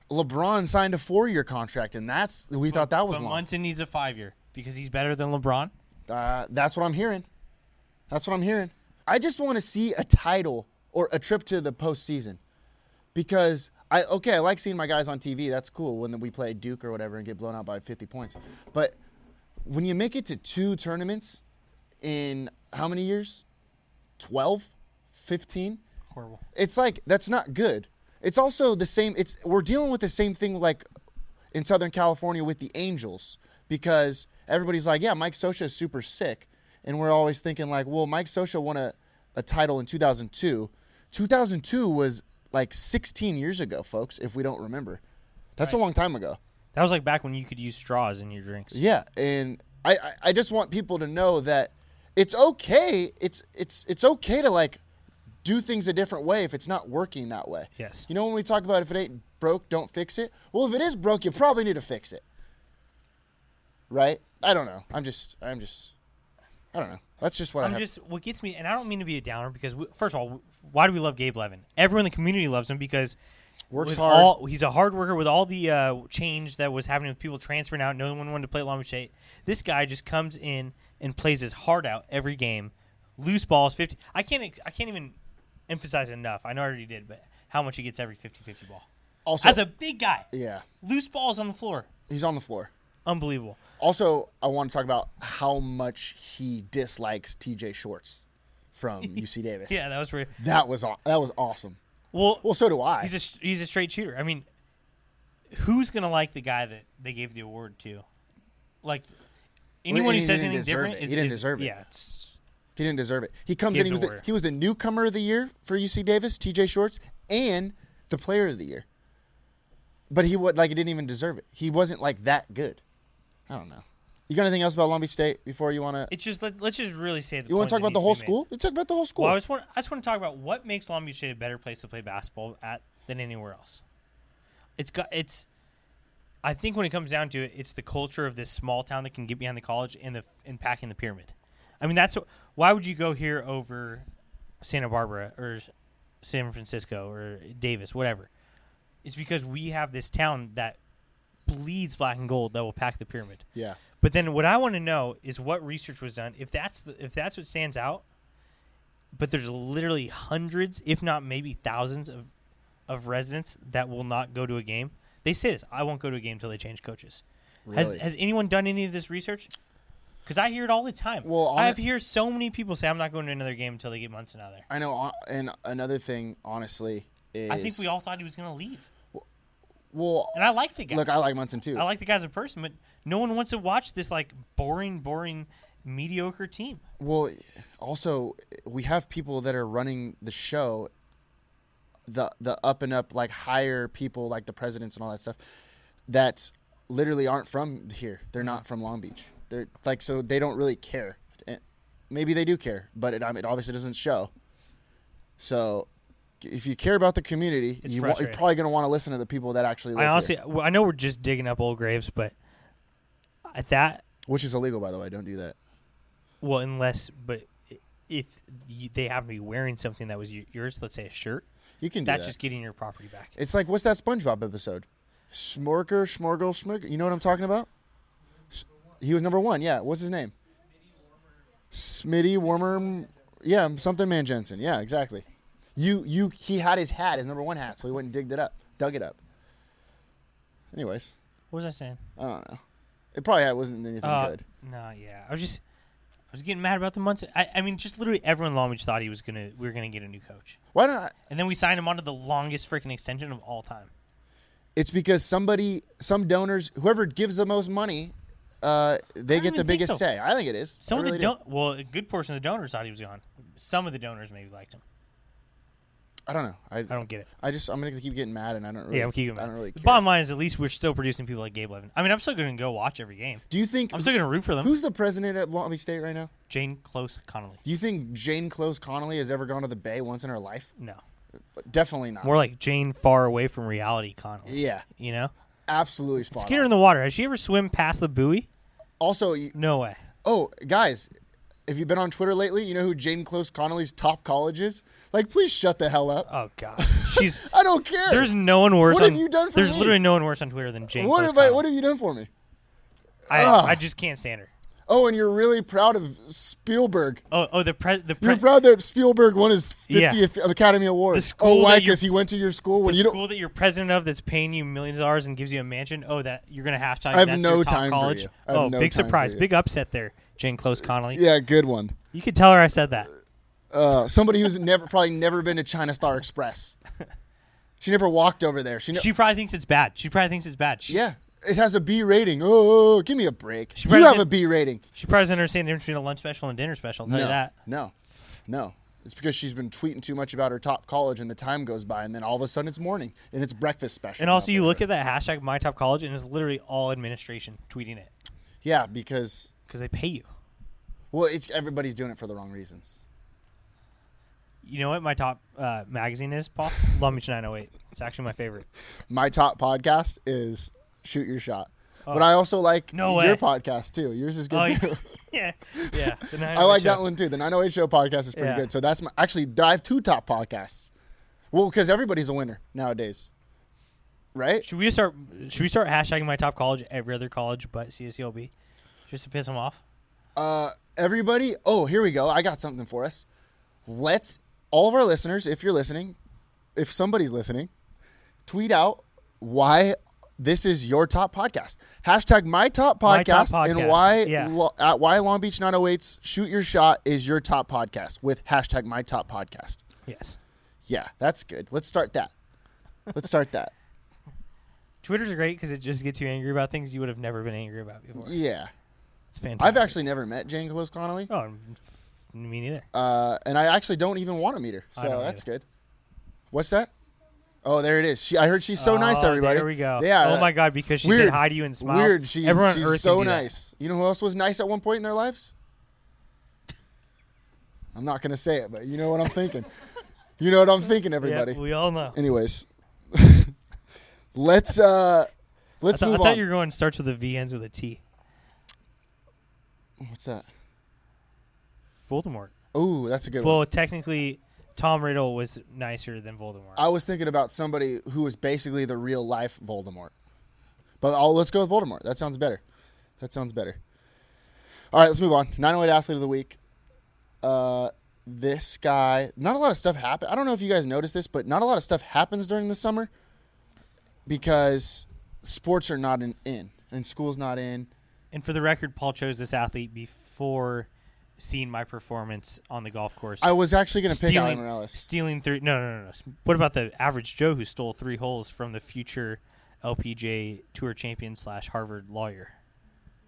S3: LeBron signed a four-year contract, and that's we thought that was
S4: but
S3: long.
S4: Munson needs a five-year because he's better than LeBron.
S3: Uh, that's what I'm hearing. That's what I'm hearing. I just want to see a title or a trip to the postseason because I okay, I like seeing my guys on TV. That's cool when we play Duke or whatever and get blown out by 50 points. But when you make it to two tournaments in how many years? 12, 15?
S4: Horrible.
S3: it's like that's not good. It's also the same. It's we're dealing with the same thing like in Southern California with the Angels because everybody's like, yeah, Mike Scioscia is super sick, and we're always thinking like, well, Mike Scioscia won a, a title in 2002. 2002 was like 16 years ago, folks. If we don't remember, that's a long time ago.
S4: That was like back when you could use straws in your drinks.
S3: Yeah, and I, I I just want people to know that it's okay. It's it's it's okay to like do things a different way if it's not working that way.
S4: Yes.
S3: You know when we talk about if it ain't broke, don't fix it. Well, if it is broke, you probably need to fix it. Right? I don't know. I'm just I'm just I don't know. That's just what I
S4: I'm
S3: have.
S4: just what gets me, and I don't mean to be a downer because we, first of all, why do we love Gabe Levin? Everyone in the community loves him because
S3: Works
S4: with
S3: hard.
S4: All, he's a hard worker. With all the uh, change that was happening with people transferring out, no one wanted to play Long Beach State. This guy just comes in and plays his heart out every game. Loose balls, fifty. I can't. I can't even emphasize enough. I know I already did, but how much he gets every 50-50 ball
S3: also,
S4: as a big guy.
S3: yeah,
S4: Loose balls on the floor,
S3: he's on the floor.
S4: unbelievable.
S3: Also, I want to talk about how much he dislikes TJ Shorts from UC Davis.
S4: Yeah, that was weird.
S3: That was aw- that was awesome.
S4: Well,
S3: Well, so do I.
S4: he's a he's a straight shooter. I mean, who's gonna like the guy that they gave the award to? Like anyone
S3: he
S4: who says
S3: didn't
S4: anything
S3: deserve
S4: different
S3: it.
S4: is
S3: He didn't
S4: is-
S3: deserve it.
S4: Yeah, it's-
S3: He didn't deserve it. He comes in.
S4: Gabe's
S3: He was,
S4: a
S3: the,
S4: warrior.
S3: he was the newcomer of the year for UC Davis, TJ Shorts, and the player of the year. But he would like he didn't even deserve it. He wasn't like that good. I don't know. You got anything else about Long Beach State before you want to?
S4: it's just let, let's just really say the
S3: You want
S4: point
S3: to talk about
S4: that
S3: the
S4: needs
S3: whole
S4: be made.
S3: school? You talk about the whole school.
S4: Well, I just want I just want to talk about what makes Long Beach State a better place to play basketball at than anywhere else. It's got it's. I think when it comes down to it, it's the culture of this small town that can get behind the college and the and packing the pyramid. I mean, that's what- why would you go here over Santa Barbara or San Francisco or Davis, whatever? It's because we have this town that bleeds black and gold that will pack the pyramid.
S3: yeah.
S4: But then what I want to know is what research was done. If that's the, if that's what stands out, but there's literally hundreds, if not maybe thousands of of residents that will not go to a game. They say this, I won't go to a game until they change coaches.
S3: Really?
S4: Has has anyone done any of this research? Cuz I hear it all the time.
S3: Well, hone-
S4: I have hear so many people say I'm not going to another game until they get Munson out of there.
S3: I know. uh, And another thing, honestly, is
S4: I think we all thought he was going to leave.
S3: well
S4: And I like the guy.
S3: look. I like Munson too.
S4: I like the guy as a person, but no one wants to watch this like boring boring mediocre team.
S3: Well, also we have people that are running the show, the the up and up like higher people like the presidents and all that stuff, that literally aren't from here. They're not
S4: Mm-hmm.
S3: from Long Beach. They're like so they don't really care. And Maybe they do care, but it um, it obviously doesn't show. So if you care about the community,
S4: It's
S3: you wa- you're
S4: frustrating.
S3: probably going to want to listen to the people that actually live
S4: I
S3: here,
S4: honestly, well, I know we're just digging up old graves, but at that,
S3: which is illegal, by the way. Don't do that.
S4: well, unless, but i- if you, they happen to be wearing something that was y- yours, let's say a shirt,
S3: You can do
S4: that's
S3: that.
S4: just getting your property back.
S3: It's like what's that SpongeBob episode? Smorker, Schmorgle, Schmorgle. You know what I'm talking about? S- He was number one. Yeah. What's his name? Smitty Warmer. Yeah, something man Jensen. Yeah, exactly. You you he had his hat, his number one hat, so he went and digged it up, dug it up. Anyways,
S4: What was I saying?
S3: I don't know. It probably had- wasn't anything
S4: Uh,
S3: good.
S4: No, yeah, I was just, I was getting mad about the months. I, I mean, just literally everyone in Long Beach thought he was gonna, we were gonna get a new coach,
S3: Why not?
S4: and then we signed him onto the longest freaking extension of all time.
S3: It's because somebody, some donors, whoever gives the most money, uh, they get
S4: don't
S3: the
S4: even think
S3: biggest
S4: so.
S3: say. I think it is.
S4: Some
S3: I
S4: of
S3: really
S4: the
S3: do.
S4: don- well, a good portion of the donors thought he was gone. Some of the donors maybe liked him.
S3: I don't know. I,
S4: I don't get it.
S3: I just I'm gonna keep getting mad, and I don't really.
S4: Yeah, I'm keeping.
S3: I don't really.
S4: The
S3: Care.
S4: bottom line is, at least we're still producing people like Gabe Levin. I mean, I'm still going to go watch every game.
S3: Do you think
S4: I'm still going to root for them.
S3: who's the president at Long Beach State right now?
S4: Jane Close Connolly?
S3: Do you think Jane Close Connolly has ever gone to the Bay once in her life?
S4: No,
S3: Definitely not.
S4: more like Jane far away from reality Connolly.
S3: yeah,
S4: You know,
S3: absolutely spot
S4: let's get her
S3: on.
S4: in the water. Has she ever swim past the buoy?
S3: Also, you-
S4: No way.
S3: oh guys, have you been on Twitter lately? You know who Jane Close Connolly's top college is? Like, please shut the hell up.
S4: Oh god, she's.
S3: I don't care.
S4: There's no one worse.
S3: What have
S4: on-
S3: you done for
S4: There's
S3: me?
S4: literally no one worse on Twitter than Jane.
S3: what
S4: Close
S3: have I? What Ah.
S4: Connolly.
S3: have you done for me?
S4: I,
S3: Ugh.
S4: I just can't stand her.
S3: Oh, and you're really proud of Spielberg.
S4: Oh, oh, the pre- the pre-
S3: You're proud that Spielberg won his
S4: Yeah.
S3: 50th Academy Award.
S4: The school
S3: oh,
S4: that
S3: why?
S4: you-
S3: Because he went to your school
S4: the
S3: when you don't.
S4: school that you're president of that's paying you millions of dollars and gives you a mansion. Oh, that you're gonna hashtag.
S3: I have
S4: that's
S3: no
S4: your top
S3: time for
S4: college.
S3: you. I have
S4: oh,
S3: no
S4: big
S3: time for
S4: surprise,
S3: you.
S4: big upset there, Jane Close Connolly.
S3: Yeah, good one.
S4: You could tell her I said that.
S3: Uh, somebody who's never probably never been to China Star Express. She never walked over there. She, ne-
S4: She probably thinks it's bad. She probably thinks it's bad. She,
S3: yeah, it has a B rating. Oh, give me a break.
S4: She
S3: you
S4: probably
S3: have a
S4: didn't-
S3: B rating.
S4: She probably doesn't understand the difference between a lunch special and a dinner special. I'll tell
S3: no,
S4: you that.
S3: no, no. It's because she's been tweeting too much about her top college, and the time goes by, and then all of a sudden it's morning and it's breakfast special.
S4: And also, you look at that hashtag my top college, and it's literally all administration tweeting it
S3: yeah, because
S4: because they pay you.
S3: well, it's everybody's doing it for the wrong reasons.
S4: You know what my top uh, magazine is, Paul? Long Beach 908. It's actually my favorite.
S3: My top podcast is Shoot Your Shot, but I also like
S4: Oh. No
S3: your
S4: way.
S3: podcast too. Yours is good
S4: Oh
S3: too.
S4: yeah, yeah. The
S3: I
S4: 908
S3: like that
S4: show.
S3: one too. The 908 Show podcast is pretty
S4: Yeah.
S3: good. So that's my actually. I have two top podcasts. Well, because everybody's a winner nowadays, right?
S4: Should we start? Should we start hashtagging my top college every other college but CSULB, just to piss them off?
S3: Everybody. Oh, here we go. I got something for us. Let's all of our listeners, if you're listening, if somebody's listening, tweet out why this is your top podcast. Hashtag my top
S4: My
S3: podcast,
S4: top
S3: and
S4: podcast.
S3: why
S4: Yeah.
S3: lo- at why Long Beach 908's Shoot Your Shot is your top podcast with hashtag my top podcast.
S4: Yes.
S3: Yeah, that's good. Let's start that. Let's start that.
S4: Twitter's great because it just gets you angry about things you would have never been angry about before.
S3: Yeah.
S4: It's fantastic.
S3: I've actually never met Jane Close Connolly,
S4: Oh, m- f- me neither.
S3: uh, and I actually don't even want to meet her.
S4: I
S3: So
S4: don't
S3: that's
S4: either.
S3: good. What's that? Oh, there it is. She, I heard she's so nice.
S4: Oh,
S3: Everybody.
S4: There we go.
S3: Yeah.
S4: Oh
S3: that-
S4: my God, because she
S3: weird.
S4: said hi to you and smiled.
S3: Weird. She's,
S4: Everyone on
S3: she's
S4: Earth can
S3: so
S4: do that.
S3: nice. You know who else was nice at one point in their lives? I'm not gonna say it, but you know what I'm thinking. you know what I'm thinking,
S4: Yeah,
S3: everybody.
S4: we all know.
S3: Anyways, let's uh,
S4: I,
S3: let's
S4: thought- I
S3: move
S4: thought
S3: on.
S4: you were going starts with a V, ends with a T.
S3: What's that?
S4: Voldemort.
S3: Oh, that's a good one.
S4: Well, technically, Tom Riddle was nicer than Voldemort.
S3: I was thinking about somebody who was basically the real life Voldemort. But I'll, let's go with Voldemort. That sounds better. That sounds better. All right, let's move on. 908 athlete of the week. Uh, this guy, not a lot of stuff happened. I don't know if you guys noticed this, but not a lot of stuff happens during the summer because sports are not in, in and school's not in.
S4: And for the record, Paul chose this athlete before seeing my performance on the golf course.
S3: I was actually going to pick Alan
S4: stealing,
S3: Morales.
S4: stealing three. No, no, no, no. What about the average Joe who stole three holes from the future LPJ Tour champion slash Harvard lawyer,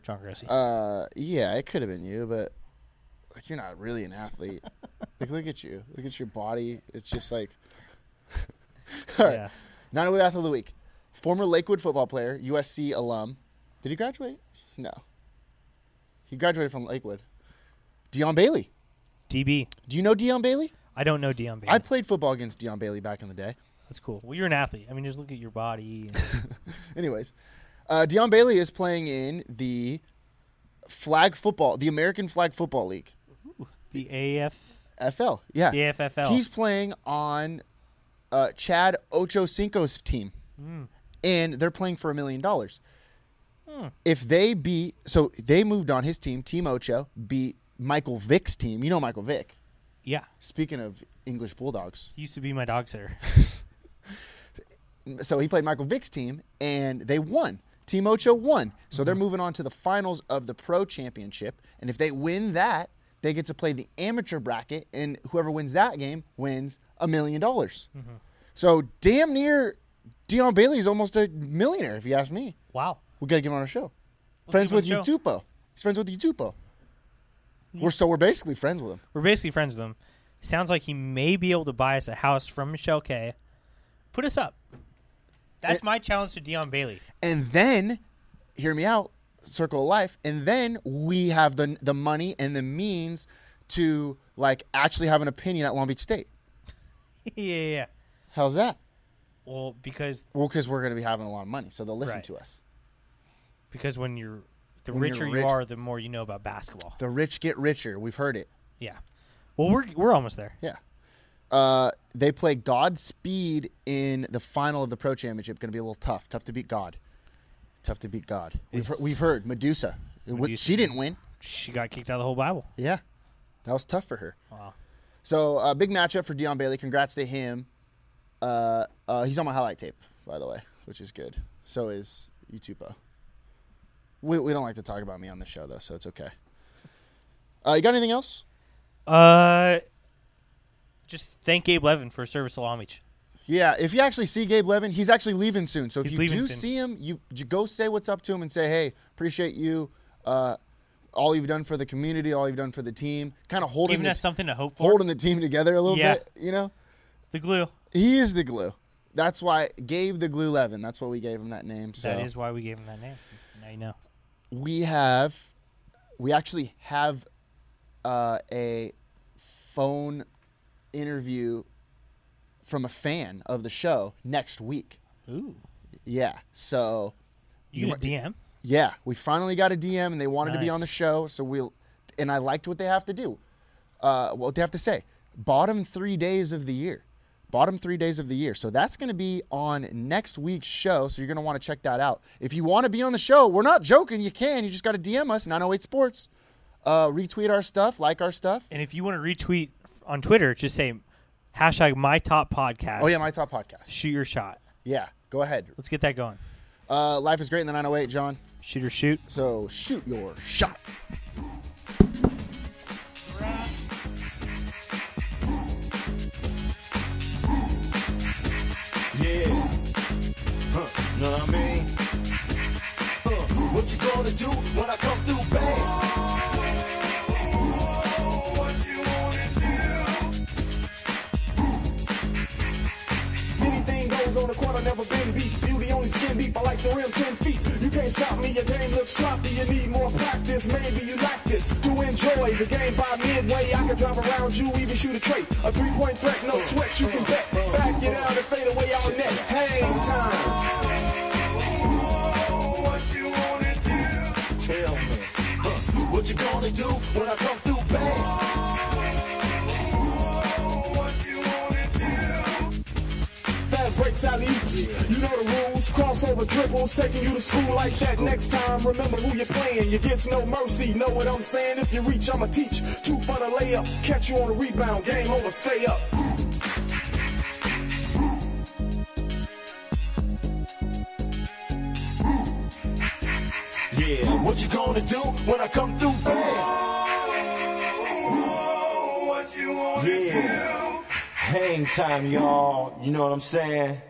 S4: John Grossi?
S3: Uh, yeah, it could have been you, but like you're not really an athlete. like look at you, look at your body. It's just like
S4: Yeah.
S3: Nine-wood athlete of the week, former Lakewood football player, USC alum. Did he graduate? No, he graduated from Lakewood. Dion Bailey.
S4: DB.
S3: Do you know Dion Bailey?
S4: I don't know Dion Bailey.
S3: I played football against Dion Bailey back in the day.
S4: That's cool. Well, you're an athlete. I mean, just look at your body. and-
S3: Anyways, uh, Dion Bailey is playing in the flag football, the American Flag Football League,
S4: the AF.
S3: FL. Yeah,
S4: The AFFL.
S3: He's playing on uh, Chad Ochocinco's team, and they're playing for a million dollars. If they beat, so they moved on his team. Team Ocho beat Michael Vick's team. You know Michael Vick.
S4: Yeah,
S3: Speaking of English Bulldogs,
S4: he used to be my dog sitter.
S3: so he played Michael Vick's team, and they won. Team Ocho won, so
S4: Mm-hmm.
S3: they're moving on to the finals of the Pro Championship. And if they win that, they get to play the amateur bracket, and whoever wins that game wins a million dollars.
S4: Mm-hmm.
S3: So damn near, Dion Bailey is almost a millionaire, if you ask me.
S4: Wow.
S3: We gotta get him on our show.
S4: Let's
S3: friends
S4: get
S3: with
S4: him on the show.
S3: Utupo. He's friends with Utupo. We're so we're basically friends with him.
S4: We're basically friends with him. Sounds like he may be able to buy us a house from Michelle K. Put us up. That's my challenge to Dion Bailey.
S3: and then hear me out circle of life and then we have the the money and the means to like actually have an opinion at long beach state
S4: yeah, yeah, yeah.
S3: how's that
S4: Well, because
S3: well because we're going to be having a lot of money so they'll listen
S4: Right.
S3: to us
S4: because when you're the
S3: When you're
S4: richer
S3: rich-
S4: you are, the more you know about basketball.
S3: the rich get richer we've heard it
S4: yeah. Well, we're we're almost there.
S3: yeah uh, they play godspeed in the final of the pro championship going to be a little tough tough to beat god tough to beat god we've,
S4: It's-
S3: heard, we've heard medusa, It wa-
S4: Medusa.
S3: she didn't win
S4: She got kicked out of the whole Bible.
S3: Yeah, that was tough for her.
S4: Wow.
S3: So uh, big matchup for Deion Bailey. Congrats to him. Uh, uh, he's on my highlight tape, by the way, which is good. So is Utupo. We, we don't like to talk about me on the show though, so it's okay. Uh, you got anything else?
S4: Uh, just thank Gabe Levin for his service to Long Beach.
S3: Yeah, if you actually see Gabe Levin, he's actually leaving soon. So if
S4: He's
S3: you
S4: leaving
S3: do
S4: soon.
S3: see him, you, you go say what's up to him and say, "Hey, appreciate you, uh, all you've done for the community, all you've done for the team." Kind of holding
S4: Giving
S3: the,
S4: us something to hope for.
S3: holding the team together a little
S4: Yeah.
S3: bit, you know.
S4: The glue.
S3: He is the glue. That's why Gabe the Glue Levin. That's what we gave him that name. So
S4: That is why we gave him that name. Now you know.
S3: we have, we actually have, uh, a phone interview from a fan of the show next week.
S4: Ooh.
S3: Yeah. So
S4: You, get a DM?
S3: yeah, we finally got a DM and they wanted to be
S4: Nice.
S3: on the show. So we'll, and I liked what they have to do. Uh, what they have to say. Bottom three days of the year. Bottom three days of the year. So that's going to be on next week's show. So you're going to want to check that out. If you want to be on the show, we're not joking. You can. You just got to DM us, 908 Sports. Uh, retweet our stuff, like our stuff.
S4: And if you want to retweet on Twitter, just say hashtag my top podcast.
S3: Oh, yeah, my top podcast.
S4: shoot your shot.
S3: Yeah, go ahead.
S4: Let's get that going.
S3: Uh, Life is great in the 908, John.
S4: Shoot or shoot.
S3: So shoot your shot.
S9: Yeah. Huh, know what I mean? Huh, what you gonna do when I come through bang?
S10: Anything goes on the court, I never been beat. Beauty only skin deep, I like the rim 10 feet. You can't stop me, your game looks sloppy. You need more practice, maybe you like this. To enjoy the game by midway, I can drive around you, even shoot a trait. A three point threat, no sweat, you can bet. Back it out and fade away all net. Hang time.
S9: Tell me. Huh, what you gonna do when I come through bang?
S10: Fast breaks, alley oops. You know the rules. Crossover dribbles, taking you to school like that. Next time, remember who you're playing. You get no mercy. Know what I'm saying? If you reach, I'ma teach. Two for the layup. Catch you on a rebound. Game over. Stay up.
S9: Yeah. What you gonna do when I come through bang?
S10: What you want?
S9: Yeah. Hang time, y'all. You know what I'm saying?